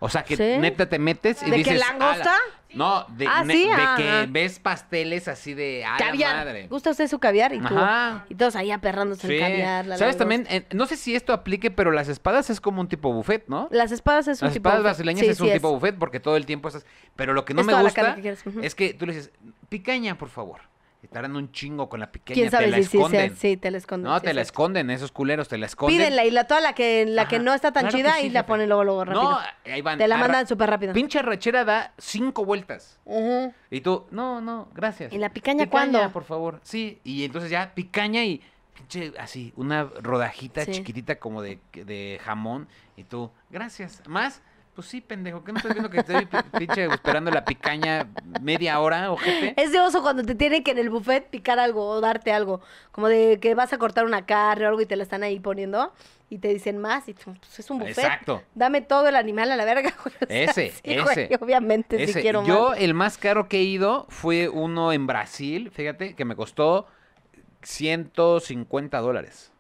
Speaker 2: O sea, que
Speaker 3: ¿Sí?
Speaker 2: neta te metes y
Speaker 3: ¿De que
Speaker 2: dices...
Speaker 3: langosta?
Speaker 2: "Ala". No, de,
Speaker 3: Ah,
Speaker 2: ne-
Speaker 3: sí,
Speaker 2: de
Speaker 3: ajá.
Speaker 2: que ves pasteles así de... A la
Speaker 3: caviar.
Speaker 2: madre.
Speaker 3: ¿Gusta usted su caviar? Y tú.
Speaker 2: Ajá.
Speaker 3: Y todos ahí aperrándose
Speaker 2: Sí.
Speaker 3: el caviar. la
Speaker 2: ¿Sabes
Speaker 3: langosta.
Speaker 2: también? Eh, no sé si esto aplique, pero las espadas es como un tipo buffet, ¿no?
Speaker 3: Las espadas es un
Speaker 2: Las
Speaker 3: tipo.
Speaker 2: espadas
Speaker 3: buffet.
Speaker 2: brasileñas
Speaker 3: Sí,
Speaker 2: es un
Speaker 3: sí
Speaker 2: tipo buffet porque todo el tiempo estás. Pero lo que no
Speaker 3: Es
Speaker 2: me
Speaker 3: toda la
Speaker 2: gusta
Speaker 3: carne que quieres, ujú.
Speaker 2: es que tú le dices, picaña, por favor. Y tardan un chingo con la picaña.
Speaker 3: ¿Quién
Speaker 2: te
Speaker 3: sabe
Speaker 2: la
Speaker 3: si sí, sea-
Speaker 2: esconden.
Speaker 3: sí, te la esconden?
Speaker 2: no,
Speaker 3: sí,
Speaker 2: te la
Speaker 3: exacto.
Speaker 2: esconden, esos culeros, te la esconden.
Speaker 3: Pídenla y la toda la que la que
Speaker 2: Ajá,
Speaker 3: no está tan
Speaker 2: claro que
Speaker 3: chida
Speaker 2: sí,
Speaker 3: y la
Speaker 2: jefe.
Speaker 3: ponen luego luego rápido.
Speaker 2: No, ahí van.
Speaker 3: te la
Speaker 2: arra-
Speaker 3: mandan súper rápido.
Speaker 2: Pinche rachera da cinco vueltas.
Speaker 3: Ujú.
Speaker 2: Y tú, no, no, gracias.
Speaker 3: ¿Y la picaña cuándo?
Speaker 2: por favor. Sí, y entonces ya picaña y pinche así, una rodajita
Speaker 3: Sí.
Speaker 2: chiquitita como de, de jamón. Y tú, gracias. Más, pues sí, pendejo, ¿qué no estás viendo que estoy pi- pinche esperando la picaña media hora, ojete?
Speaker 3: Es de oso cuando te tienen que en el buffet picar algo o darte algo, como de que vas a cortar una carne o algo y te la están ahí poniendo y te dicen más y tú, pues es un buffet.
Speaker 2: Exacto.
Speaker 3: Dame todo el animal a la verga. güey. O sea,
Speaker 2: Ese,
Speaker 3: sí, güey,
Speaker 2: ese.
Speaker 3: obviamente
Speaker 2: Ese,
Speaker 3: si quiero más.
Speaker 2: Yo, el más caro que he ido fue uno en Brasil, fíjate, que me costó 150 dólares.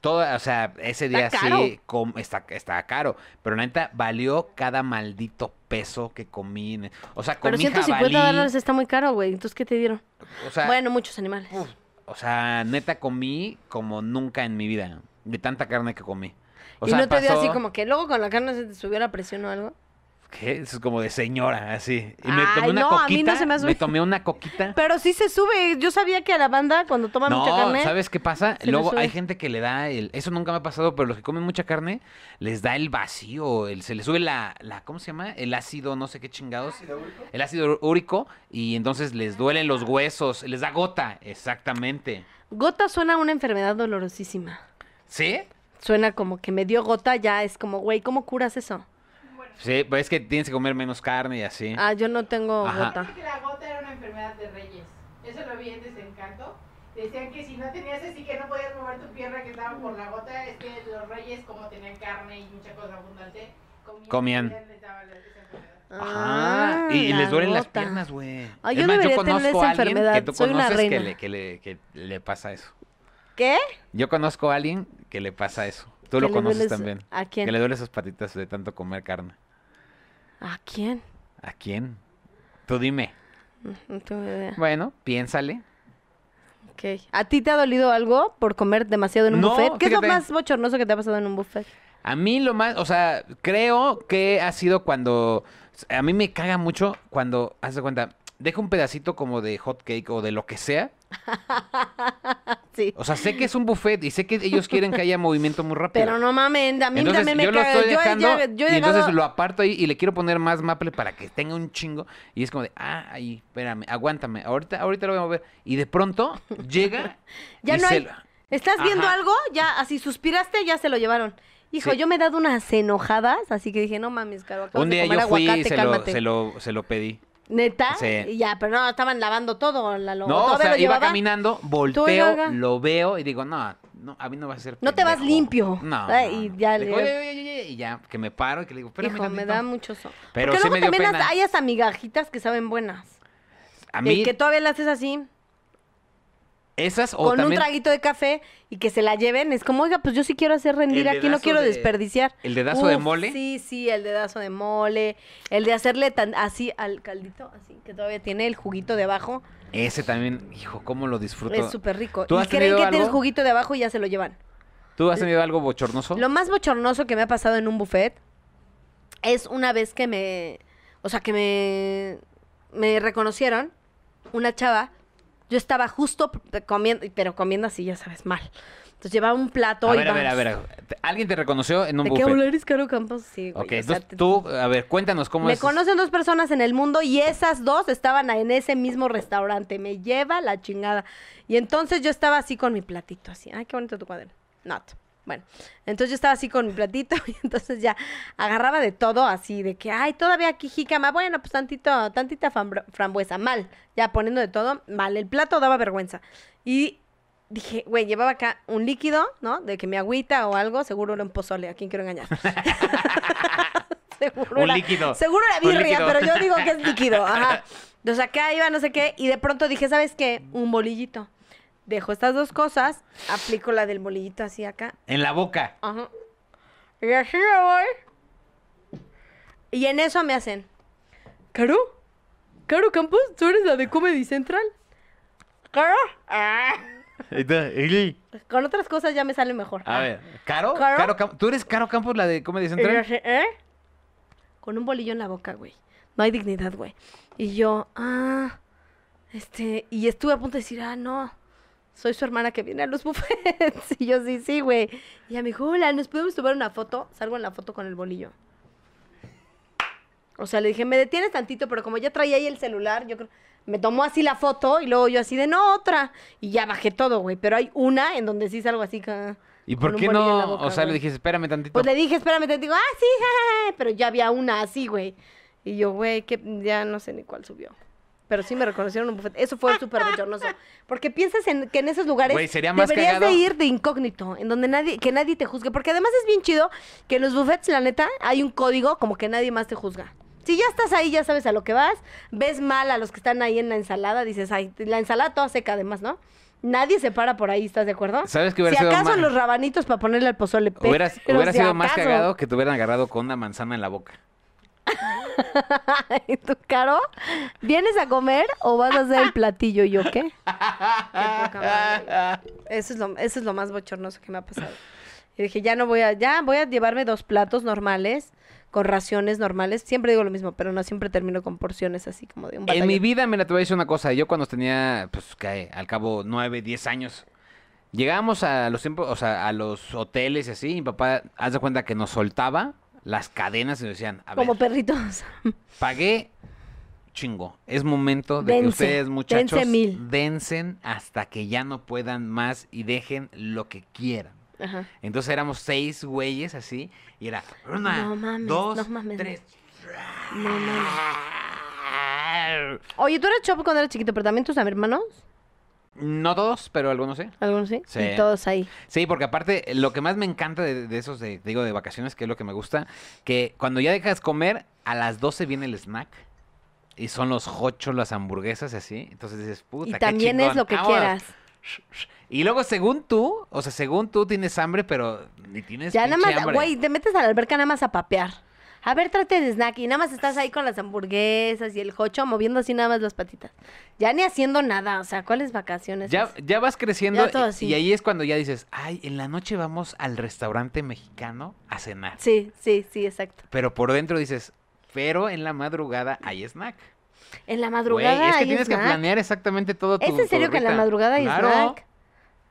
Speaker 2: Toda, o sea, ese día
Speaker 3: Está
Speaker 2: sí com- está, está caro. Pero la neta, valió cada maldito peso que comí. en- O sea, comí
Speaker 3: Pero 150
Speaker 2: jabalí,
Speaker 3: dólares está muy caro, güey. Entonces, ¿qué te dieron?
Speaker 2: O sea,
Speaker 3: bueno, muchos animales.
Speaker 2: uf, o sea, neta comí como nunca en mi vida. De tanta carne que comí. O
Speaker 3: y
Speaker 2: sea,
Speaker 3: no te dio así
Speaker 2: pasó-
Speaker 3: como que luego con la carne se te subió la presión o algo.
Speaker 2: ¿Qué? Eso es como de señora, así. Y me
Speaker 3: Ay,
Speaker 2: tomé una
Speaker 3: no, a mí
Speaker 2: coquita.
Speaker 3: no se me hace-
Speaker 2: me tomé una coquita.
Speaker 3: Pero sí se sube. Yo sabía que a la banda cuando toma
Speaker 2: No,
Speaker 3: mucha carne.
Speaker 2: ¿sabes qué pasa?
Speaker 3: se le
Speaker 2: Luego
Speaker 3: sube.
Speaker 2: hay gente que le da el... Eso nunca me ha pasado, pero los que comen mucha carne les da el vacío, el- se les sube la, la... ¿Cómo se llama? El ácido, no sé qué chingados. El ácido úrico y entonces les duelen los huesos, les da gota, exactamente.
Speaker 3: Gota suena a una enfermedad dolorosísima.
Speaker 2: ¿Sí?
Speaker 3: Suena como que me dio gota, ya es como, güey, ¿cómo curas eso?
Speaker 2: Sí, pero es que tienes que comer menos carne y así.
Speaker 3: Ah, yo no tengo
Speaker 2: Ajá.
Speaker 3: gota.
Speaker 5: Dice que la gota era una enfermedad de reyes. Eso lo vi en Desencanto. Decían que si no tenías así que no podías mover tu pierna que estaba por la gota, es que los reyes, como tenían carne y mucha cosa abundante, comían.
Speaker 2: Comían.
Speaker 5: y les daba la- esa enfermedad.
Speaker 2: Ajá.
Speaker 3: Ah,
Speaker 2: y, y
Speaker 3: la
Speaker 2: les duelen las
Speaker 3: gota.
Speaker 2: piernas, güey.
Speaker 3: Ay,
Speaker 2: Es
Speaker 3: yo
Speaker 2: más,
Speaker 3: debería tener esa
Speaker 2: conozco a alguien que
Speaker 3: enfermedad,
Speaker 2: tú
Speaker 3: soy una
Speaker 2: conoces que
Speaker 3: reina.
Speaker 2: le, que, le, que le pasa eso.
Speaker 3: ¿Qué?
Speaker 2: Yo conozco a alguien que le pasa eso.
Speaker 3: Que
Speaker 2: Tú lo
Speaker 3: le
Speaker 2: conoces
Speaker 3: duele su-
Speaker 2: también.
Speaker 3: ¿A quién?
Speaker 2: Que le duele sus patitas de tanto comer carne.
Speaker 3: ¿A quién?
Speaker 2: ¿A quién? Tú dime.
Speaker 3: No tengo idea.
Speaker 2: Bueno, piénsale.
Speaker 3: Ok. ¿A ti te ha dolido algo por comer demasiado en un
Speaker 2: No,
Speaker 3: buffet? ¿Qué es lo
Speaker 2: fíjate.
Speaker 3: más bochornoso que te ha pasado en un buffet?
Speaker 2: A mí lo más, o sea, creo que ha sido cuando, a mí me caga mucho cuando, haz de cuenta, dejo un pedacito como de hot cake o de lo que sea.
Speaker 3: Sí.
Speaker 2: O sea, sé que es un buffet y sé que ellos quieren que haya movimiento muy rápido.
Speaker 3: Pero no mames, a mí
Speaker 2: Entonces,
Speaker 3: también me
Speaker 2: yo lo
Speaker 3: caga.
Speaker 2: estoy
Speaker 3: Yo he-
Speaker 2: dejando
Speaker 3: ya- yo he
Speaker 2: y entonces
Speaker 3: llegado-
Speaker 2: lo aparto ahí y le quiero poner más maple para que tenga un chingo. Y es como de, ah, ahí, espérame, aguántame, ahorita, ahorita lo voy a mover. Y de pronto llega
Speaker 3: Ya
Speaker 2: y
Speaker 3: no
Speaker 2: se
Speaker 3: hay-
Speaker 2: lo-
Speaker 3: ¿Estás viendo
Speaker 2: Ajá.
Speaker 3: algo? Ya, así suspiraste, ya se lo llevaron. Hijo,
Speaker 2: Sí.
Speaker 3: yo me he dado unas enojadas, así que dije, no mames, caro, acabas
Speaker 2: Un
Speaker 3: de
Speaker 2: día
Speaker 3: comer
Speaker 2: yo fui y
Speaker 3: aguacate,
Speaker 2: se lo,
Speaker 3: cálmate.
Speaker 2: se, lo, se lo pedí.
Speaker 3: ¿Neta?
Speaker 2: Sí.
Speaker 3: Y ya, pero no, estaban lavando todo. La lo-
Speaker 2: No, o
Speaker 3: todavía
Speaker 2: sea,
Speaker 3: lo
Speaker 2: iba
Speaker 3: llevaba.
Speaker 2: caminando,
Speaker 3: acá.
Speaker 2: volteo, lo veo y digo, no, no, a mí no va a ser
Speaker 3: No te vas
Speaker 2: pendejo".
Speaker 3: limpio.
Speaker 2: No.
Speaker 3: Ay,
Speaker 2: no,
Speaker 3: y
Speaker 2: no.
Speaker 3: ya
Speaker 2: Le
Speaker 3: le-
Speaker 2: digo, "Oye, oye, oye, oye", y ya, que me paro y que le digo, pero
Speaker 3: Hijo, me da mucho son.
Speaker 2: Pero
Speaker 3: Porque
Speaker 2: sí
Speaker 3: luego
Speaker 2: me dio
Speaker 3: también
Speaker 2: pena.
Speaker 3: hasta- hay hasta migajitas que saben buenas.
Speaker 2: A
Speaker 3: que-
Speaker 2: mí,
Speaker 3: Que todavía las haces así,
Speaker 2: esas o
Speaker 3: con un
Speaker 2: también
Speaker 3: traguito de café y que se la lleven. Es como, oiga, pues yo sí quiero hacer rendir
Speaker 2: El
Speaker 3: aquí, no
Speaker 2: dedazo
Speaker 3: quiero
Speaker 2: de-
Speaker 3: desperdiciar.
Speaker 2: el dedazo de
Speaker 3: Uf,
Speaker 2: mole.
Speaker 3: Sí, sí, el dedazo de mole. El de hacerle tan así al caldito, así, que todavía tiene el juguito de abajo.
Speaker 2: Ese también, hijo, cómo lo disfruto.
Speaker 3: Es súper rico.
Speaker 2: ¿Tú
Speaker 3: Y
Speaker 2: has
Speaker 3: creen
Speaker 2: tenido
Speaker 3: que tiene el
Speaker 2: algo?
Speaker 3: juguito de abajo y ya se lo llevan.
Speaker 2: ¿Tú has tenido algo bochornoso?
Speaker 3: Lo más bochornoso que me ha pasado en un buffet es una vez que me. O sea, que me. Me reconocieron una chava. Yo estaba justo p- comiendo, pero comiendo así, ya sabes, mal. Entonces llevaba un plato
Speaker 2: a
Speaker 3: y
Speaker 2: ver, a ver, a
Speaker 3: vamos,
Speaker 2: ver. te- ¿Alguien te reconoció en un
Speaker 3: ¿De qué
Speaker 2: buffet?
Speaker 3: hablar es Caro Campos? Sí, güey,
Speaker 2: Ok,
Speaker 3: o sea,
Speaker 2: entonces
Speaker 3: te-
Speaker 2: tú, a ver, cuéntanos cómo
Speaker 3: me
Speaker 2: es.
Speaker 3: conocen dos personas en el mundo y esas dos estaban en ese mismo restaurante. Me lleva la chingada. Y entonces yo estaba así con mi platito, así. Ay, qué bonito tu cuaderno. Not. Bueno, entonces yo estaba así con mi platito y entonces ya agarraba de todo así, de que, ay, todavía aquí jícama, bueno, pues tantito, tantita fambro- frambuesa, mal, ya poniendo de todo, mal, el plato daba vergüenza. Y dije, güey, llevaba acá un líquido, ¿no? De que mi agüita o algo, seguro era un pozole, ¿a quién quiero engañar? seguro
Speaker 2: Un
Speaker 3: era-
Speaker 2: líquido.
Speaker 3: Seguro era
Speaker 2: Un
Speaker 3: birria,
Speaker 2: líquido.
Speaker 3: pero yo digo que es líquido, ajá. Entonces acá iba no sé qué y de pronto dije, ¿sabes qué? Un bolillito. Dejo estas dos cosas, aplico la del bolillito así acá,
Speaker 2: En la boca.
Speaker 3: Ajá. Y así me voy. Y en eso me hacen. ¿Caro? ¿Caro Campos? ¿Tú eres la de Comedy Central? ¿Caro? Ah. Con otras cosas ya me sale mejor.
Speaker 2: A ver, ¿Caro?
Speaker 3: ¿Caro?
Speaker 2: ¿Caro? Camp- ¿Tú eres Caro Campos, la de Comedy
Speaker 3: Y yo
Speaker 2: Central?
Speaker 3: así, ¿eh? Con un bolillo en la boca, güey. No hay dignidad, güey. Y yo, ah, este, y estuve a punto de decir, ah, no, soy su hermana que viene a los buffets. Y yo, sí, sí, güey. Y ella me dijo, hola, ¿nos podemos tomar una foto? Salgo en la foto con el bolillo. O sea, le dije, me detienes tantito, pero como ya traía ahí el celular, yo creo... Me tomó así la foto y luego yo así de, no, otra. Y ya bajé todo, güey. Pero hay una en donde sí salgo así. ca-
Speaker 2: ¿Y
Speaker 3: con
Speaker 2: por
Speaker 3: un
Speaker 2: qué
Speaker 3: bolillo en la
Speaker 2: no?
Speaker 3: boca,
Speaker 2: o sea, le
Speaker 3: güey.
Speaker 2: dijiste, espérame tantito.
Speaker 3: Pues le dije, espérame, te digo, ah, sí, jajaja", pero ya había una así, güey. Y yo, güey, que ya no sé ni cuál subió. Pero sí me reconocieron en un buffet. Eso fue súper bochornoso. Porque piensas en, que en esos lugares
Speaker 2: Güey, sería más
Speaker 3: deberías
Speaker 2: cagado.
Speaker 3: de ir de incógnito, en donde nadie, que nadie te juzgue. Porque además es bien chido que en los buffets, la neta, hay un código como que nadie más te juzga. Si ya estás ahí, ya sabes a lo que vas, ves mal a los que están ahí en la ensalada, dices, ay, la ensalada toda seca además, ¿no? Nadie se para por ahí, ¿estás de acuerdo?
Speaker 2: ¿Sabes qué
Speaker 3: Si
Speaker 2: hubiera sido
Speaker 3: acaso
Speaker 2: ma-
Speaker 3: los rabanitos para ponerle al pozole.
Speaker 2: Hubiera,
Speaker 3: pero
Speaker 2: hubiera
Speaker 3: si
Speaker 2: sido más
Speaker 3: acaso.
Speaker 2: cagado que te hubieran agarrado con una manzana en la boca.
Speaker 3: Ay, ¿Tú, Caro? ¿Vienes a comer o vas a hacer el platillo y yo qué? Qué poca madre. Eso es, lo, eso es lo más bochornoso que me ha pasado. Y dije, ya no voy a, ya voy a llevarme dos platos normales, con raciones normales. Siempre digo lo mismo, pero no siempre termino con porciones así como de un
Speaker 2: En
Speaker 3: batallón.
Speaker 2: mi vida, mira, te voy a decir una cosa. Yo cuando tenía, pues, que al cabo nueve, diez años, llegábamos a los tiempos, o sea, a los hoteles y así, y mi papá, haz de cuenta que nos soltaba las cadenas y nos decían, a ver,
Speaker 3: como perritos.
Speaker 2: pagué chingo. Es momento de que
Speaker 3: Dense,
Speaker 2: ustedes, muchachos,
Speaker 3: dense mil.
Speaker 2: densen hasta que ya no puedan más y dejen lo que quieran.
Speaker 3: Ajá.
Speaker 2: Entonces éramos seis güeyes así, y era una,
Speaker 3: No mames, no
Speaker 2: dos,
Speaker 3: mames.
Speaker 2: tres.
Speaker 3: No mames. Oye, tú eras chop cuando eras chiquito, pero también tus hermanos,
Speaker 2: No todos, pero algunos sí.
Speaker 3: algunos sí,
Speaker 2: Sí.
Speaker 3: Y todos ahí.
Speaker 2: Sí, porque aparte, lo que más me encanta de, de esos, de, digo, de vacaciones, que es lo que me gusta, que cuando ya dejas comer, a las 12 viene el snack. Y son los hochos, las hamburguesas y así. Entonces dices, puta,
Speaker 3: Y
Speaker 2: qué
Speaker 3: también es
Speaker 2: chingón,
Speaker 3: lo que
Speaker 2: vámonos".
Speaker 3: quieras.
Speaker 2: Y luego, según tú, o sea, según tú tienes hambre, pero ni tienes
Speaker 3: Ya nada
Speaker 2: pinche
Speaker 3: más,
Speaker 2: hambre.
Speaker 3: güey, te metes a la alberca nada más a papear. A ver, trate de snack y nada más estás ahí con las hamburguesas y el jocho moviendo así nada más las patitas. Ya ni haciendo nada, o sea, ¿cuáles vacaciones?
Speaker 2: Ya,
Speaker 3: es?
Speaker 2: ya vas creciendo
Speaker 3: Ya todo
Speaker 2: y-
Speaker 3: así.
Speaker 2: y ahí es cuando ya dices, ay, en la noche vamos al restaurante mexicano a cenar.
Speaker 3: Sí, sí, sí, exacto.
Speaker 2: Pero por dentro dices, pero en la madrugada hay snack.
Speaker 3: En la
Speaker 2: Güey,
Speaker 3: madrugada
Speaker 2: es que
Speaker 3: hay
Speaker 2: tienes que
Speaker 3: snack.
Speaker 2: planear exactamente todo tu
Speaker 3: ¿Es en serio
Speaker 2: tu
Speaker 3: que en la
Speaker 2: ruta?
Speaker 3: madrugada hay
Speaker 2: Claro.
Speaker 3: snack?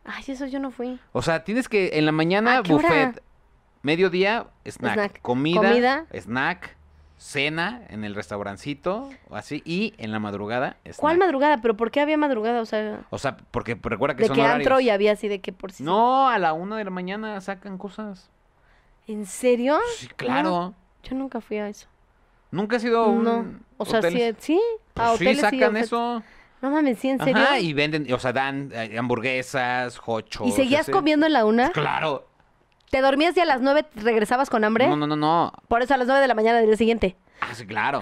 Speaker 3: Ay, eso yo no fui.
Speaker 2: O sea, tienes que en la mañana
Speaker 3: ¿A qué hora?
Speaker 2: buffet, mediodía snack,
Speaker 3: Snack.
Speaker 2: Comida,
Speaker 3: Comida.
Speaker 2: snack, cena en el restaurancito o así y en la madrugada snack.
Speaker 3: ¿Cuál madrugada? ¿Pero por qué había madrugada? O sea,
Speaker 2: O sea, porque recuerda que
Speaker 3: de
Speaker 2: son
Speaker 3: que
Speaker 2: horarios.
Speaker 3: antro y había así de que por si.
Speaker 2: No, a la una de la mañana sacan cosas.
Speaker 3: ¿En serio?
Speaker 2: Sí, claro.
Speaker 3: Yo nunca fui a eso.
Speaker 2: Nunca ha sido un
Speaker 3: No. O sea,
Speaker 2: hotel.
Speaker 3: sí, sí.
Speaker 2: Pues
Speaker 3: a
Speaker 2: sí,
Speaker 3: hoteles y
Speaker 2: sacan
Speaker 3: buffets.
Speaker 2: eso.
Speaker 3: No mames, sí, en serio.
Speaker 2: Ajá,
Speaker 3: y,
Speaker 2: y venden, o sea, dan eh, hamburguesas, hochos.
Speaker 3: seguías
Speaker 2: así.
Speaker 3: comiendo en la una?
Speaker 2: Claro.
Speaker 3: ¿Te dormías y a las nueve regresabas con hambre?
Speaker 2: No, no, no, no.
Speaker 3: Por eso a las nueve de la mañana del día siguiente.
Speaker 2: Ah, sí, claro.